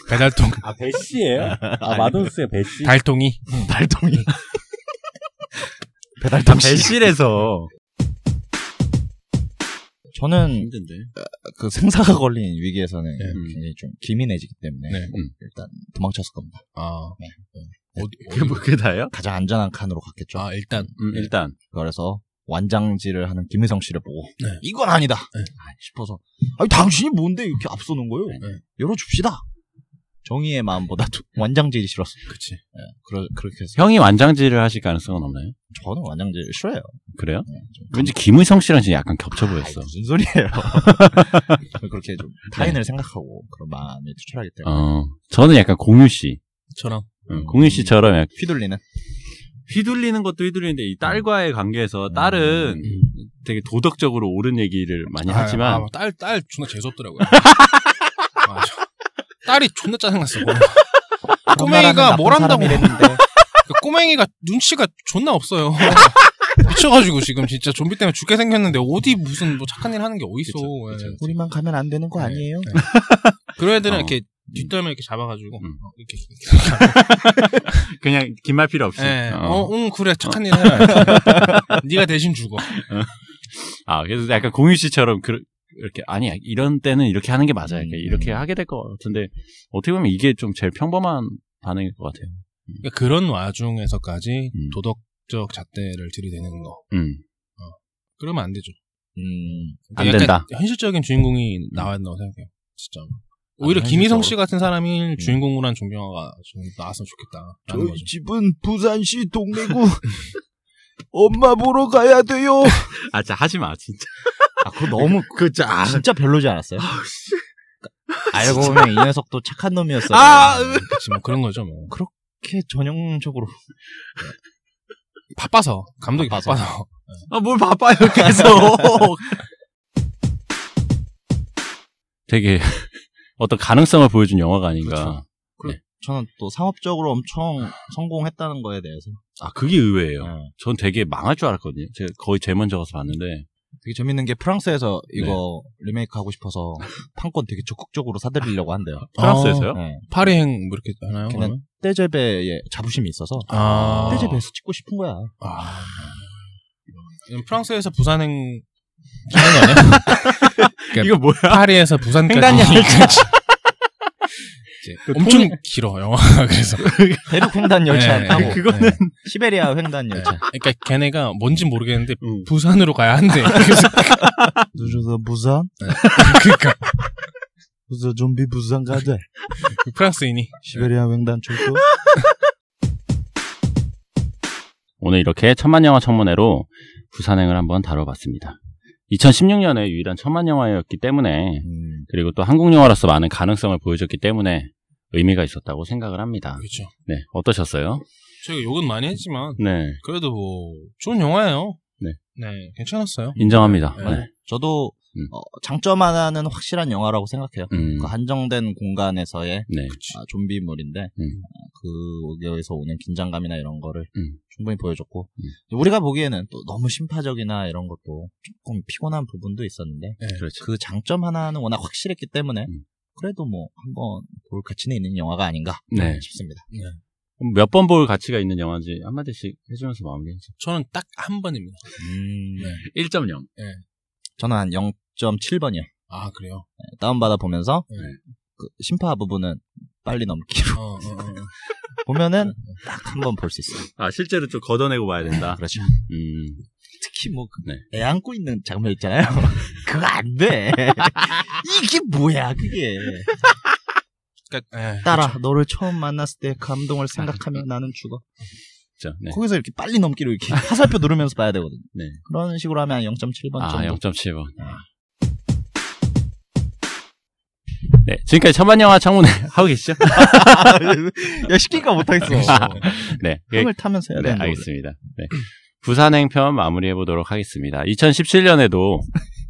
Speaker 2: 배달통
Speaker 1: 아 배씨예요? 아 마돈스의 배씨.
Speaker 2: 달통이
Speaker 3: 달통이.
Speaker 1: 배달탐 배실에서
Speaker 3: 저는
Speaker 4: 힘든데.
Speaker 3: 그 생사가 걸린 위기에서는
Speaker 2: 네.
Speaker 3: 굉장히 좀 기민해지기 때문에
Speaker 2: 네.
Speaker 1: 음.
Speaker 3: 일단 도망쳤을 겁니다.
Speaker 2: 아,
Speaker 3: 네.
Speaker 2: 어디,
Speaker 1: 그게 뭐, 그게 다예요?
Speaker 3: 가장 안전한 칸으로 갔겠죠.
Speaker 2: 아, 일단.
Speaker 1: 음,
Speaker 2: 네.
Speaker 1: 일단.
Speaker 3: 그래서 완장질을 하는 김혜성 씨를 보고
Speaker 2: 네.
Speaker 3: 이건 아니다
Speaker 2: 네.
Speaker 3: 싶어서 아니 당신이 뭔데 이렇게 앞서는 거예요?
Speaker 2: 네.
Speaker 3: 열어줍시다. 정의의 마음보다도 완장질이 싫었어.
Speaker 2: 그치.
Speaker 3: 네. 그러, 그렇게 해서
Speaker 1: 형이 완장질을 하실 가능성은 없나요?
Speaker 3: 저는 완장질 싫어요.
Speaker 1: 그래요?
Speaker 3: 네, 좀
Speaker 1: 왠지 김의성 씨랑 지금 약간 겹쳐
Speaker 3: 아이,
Speaker 1: 보였어.
Speaker 3: 무슨 소리예요? 그렇게 좀
Speaker 2: 네.
Speaker 3: 타인을 생각하고 그런 마음이 투철하기 때문에
Speaker 1: 어, 저는 약간 공유 씨.
Speaker 2: 저랑.
Speaker 1: 음, 공유 씨처럼 약간
Speaker 3: 휘둘리는
Speaker 1: 휘둘리는 것도 휘둘리는데 이 딸과의 관계에서 딸은 되게 도덕적으로 옳은 얘기를 많이
Speaker 2: 음. 아,
Speaker 1: 하지만
Speaker 2: 아, 딸, 딸 존나 재수없더라고요. 아, 저- 딸이 존나 짜증났어. 그거. 아, 꼬맹이가 뭘 한다고.
Speaker 3: 했는데
Speaker 2: 그 꼬맹이가 눈치가 존나 없어요. 미쳐가지고 지금 진짜 좀비 때문에 죽게 생겼는데 어디 무슨 뭐 착한 일 하는 게 어딨어. 예.
Speaker 3: 우리만 가면 안 되는 거
Speaker 2: 네.
Speaker 3: 아니에요?
Speaker 2: 그런 애들은
Speaker 1: 어.
Speaker 2: 이렇게 뒷덜미 이렇게 잡아가지고
Speaker 1: 음.
Speaker 2: 어, 이렇게 이렇게
Speaker 1: 그냥 긴 말 필요 없이
Speaker 2: 예.
Speaker 1: 어.
Speaker 2: 어, 응, 그래. 착한 일 해라. 이렇게. 네가 대신 죽어.
Speaker 1: 아 그래서 약간 공유 씨처럼 그, 이렇게 아니 이런 때는 이렇게 하는 게 맞아요
Speaker 3: 음.
Speaker 1: 이렇게 하게 될 것 같은데 어떻게 보면 이게 좀 제일 평범한 반응일 것 같아요
Speaker 2: 그러니까 그런 와중에서까지
Speaker 1: 음.
Speaker 2: 도덕적 잣대를 들이대는 거.
Speaker 1: 음.
Speaker 2: 그러면 안 되죠. 그러니까
Speaker 3: 음,
Speaker 1: 안
Speaker 2: 약간
Speaker 1: 된다.
Speaker 2: 현실적인 주인공이 나와야 된다고 생각해요. 진짜.
Speaker 3: 아,
Speaker 2: 오히려
Speaker 1: 아니,
Speaker 2: 김희성
Speaker 1: 현실적으로.
Speaker 2: 씨 같은
Speaker 3: 음.
Speaker 2: 사람이 주인공으로 한 종경화가 좀 나왔으면 좋겠다. 라는 거죠.
Speaker 3: 집은 부산시 동래구 엄마 보러 가야 돼요.
Speaker 1: 아 진짜 하지 마 진짜
Speaker 3: 아 그거 너무
Speaker 1: 그 진짜 아,
Speaker 3: 진짜 별로지 않았어요? 알고 보면 이 녀석도 착한 놈이었어요.
Speaker 1: 아, 으.
Speaker 2: 그치, 뭐 그런 거죠, 뭐.
Speaker 3: 이렇게 전형적으로
Speaker 2: 바빠서. 감독이
Speaker 3: 바빠서.
Speaker 2: 바빠서.
Speaker 1: 아, 뭘 바빠요 계속 되게 어떤 가능성을 보여준 영화가 아닌가
Speaker 3: 저는 또 상업적으로 엄청 성공했다는 거에 대해서
Speaker 1: 아 그게 의외예요
Speaker 3: 네.
Speaker 1: 전 되게 망할 줄 알았거든요. 제가 거의 제일 먼저 가서 봤는데.
Speaker 3: 되게 재밌는 게 프랑스에서 어,
Speaker 2: 네.
Speaker 3: 이거 리메이크 하고 싶어서 판권 되게 적극적으로 사들이려고 한대요.
Speaker 1: 프랑스에서요?
Speaker 3: 네.
Speaker 2: 어, 파리행 뭐 이렇게 하나요?
Speaker 3: 걔는-
Speaker 2: 그러면?
Speaker 3: 떼제베에 자부심이 있어서
Speaker 2: 아.
Speaker 3: 떼제베에서 찍고 싶은 거야.
Speaker 2: 아. 프랑스에서 부산행 하는 거 아니야?
Speaker 1: 이거 뭐야?
Speaker 2: 파리에서 부산까지.
Speaker 3: 그러니까 횡단이야.
Speaker 2: 이제 엄청 길어, 영화가. 그래서.
Speaker 3: 대륙 횡단 그 열차
Speaker 2: 네,
Speaker 3: 타고 네.
Speaker 1: 그거는 네.
Speaker 2: 네.
Speaker 3: 시베리아 횡단 열차.
Speaker 2: 그러니까 걔네가 뭔진 모르겠는데
Speaker 3: 음.
Speaker 2: 부산으로 가야 한대. 그래서
Speaker 3: 누르다 부산,
Speaker 2: 그러니까
Speaker 3: 부산 좀비 부산 가자.
Speaker 2: 그 프랑스인이
Speaker 1: 네.
Speaker 3: 시베리아 횡단 출구.
Speaker 1: 오늘 이렇게 천만 영화 청문회로 부산행을 한번 다뤄봤습니다. 2016년에 유일한 천만 영화였기 때문에
Speaker 3: 음.
Speaker 1: 그리고 또 한국 영화로서 많은 가능성을 보여줬기 때문에 의미가 있었다고 생각을 합니다.
Speaker 2: 그렇죠.
Speaker 1: 네, 어떠셨어요?
Speaker 2: 저희가 욕은 많이 했지만
Speaker 1: 네,
Speaker 2: 그래도 뭐 좋은 영화예요.
Speaker 1: 네.
Speaker 2: 네, 괜찮았어요.
Speaker 1: 인정합니다.
Speaker 2: 네.
Speaker 1: 네.
Speaker 3: 저도
Speaker 1: 음.
Speaker 3: 어, 장점 하나는 확실한 영화라고 생각해요.
Speaker 1: 음,
Speaker 3: 그 한정된 공간에서의
Speaker 1: 네.
Speaker 3: 아, 좀비물인데
Speaker 1: 음.
Speaker 3: 아, 그여기서 오는 긴장감이나 이런 거를
Speaker 1: 음.
Speaker 3: 충분히 보여줬고
Speaker 2: 음.
Speaker 3: 우리가 보기에는 또 너무 심파적이나 이런 것도 조금 피곤한 부분도 있었는데
Speaker 1: 그렇죠.
Speaker 3: 그 장점 하나는 워낙 확실했기 때문에
Speaker 1: 음.
Speaker 3: 그래도 뭐 한번 볼 가치는 있는 영화가 아닌가
Speaker 1: 네.
Speaker 3: 싶습니다.
Speaker 1: 몇 번 볼 가치가 있는 영화인지 한마디씩 해주면서 마무리하죠.
Speaker 2: 저는 딱 한 번입니다. 음.
Speaker 1: 1.0.
Speaker 3: 저는 한 0.7번이요.
Speaker 2: 아 그래요.
Speaker 3: 다운받아 보면서
Speaker 2: 네.
Speaker 3: 그 심파 부분은 빨리 넘기로
Speaker 2: 어, 어, 어.
Speaker 1: 네.
Speaker 3: 보면은 딱 한 번 볼 수 있어요.
Speaker 1: 아 실제로 좀 걷어내고 봐야 된다.
Speaker 3: 그렇죠.
Speaker 1: 음,
Speaker 3: 특히 뭐 애
Speaker 1: 네.
Speaker 3: 안고 있는 장면 있잖아요. 그거 안 돼. 이게 뭐야 그게.
Speaker 2: 그러니까 예.
Speaker 3: 딸아 너를 처음 만났을 때 감동을 생각하면 나는 죽어.
Speaker 1: 자, 아, 네.
Speaker 3: 거기서 이렇게 빨리 넘기로 이렇게 화살표 누르면서 봐야 되거든요.
Speaker 1: 네.
Speaker 3: 그런 식으로 하면 0.7번
Speaker 1: 아,
Speaker 3: 정도.
Speaker 1: 0.7번. 네, 지금까지 천만 영화 청문회 하고 계시죠?
Speaker 3: 야 시키니까 못하겠어.
Speaker 1: 네, 예,
Speaker 3: 흥을 타면서 해야
Speaker 1: 네,
Speaker 3: 되는 거.
Speaker 1: 알겠습니다. 네. 부산행편 마무리해 보도록 하겠습니다. 2017년에도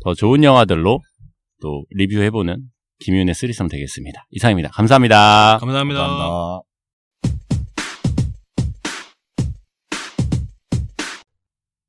Speaker 1: 더 좋은 영화들로 또 리뷰해보는 김윤의 쓰리썸 되겠습니다. 이상입니다. 감사합니다.
Speaker 2: 감사합니다.
Speaker 3: 감사합니다.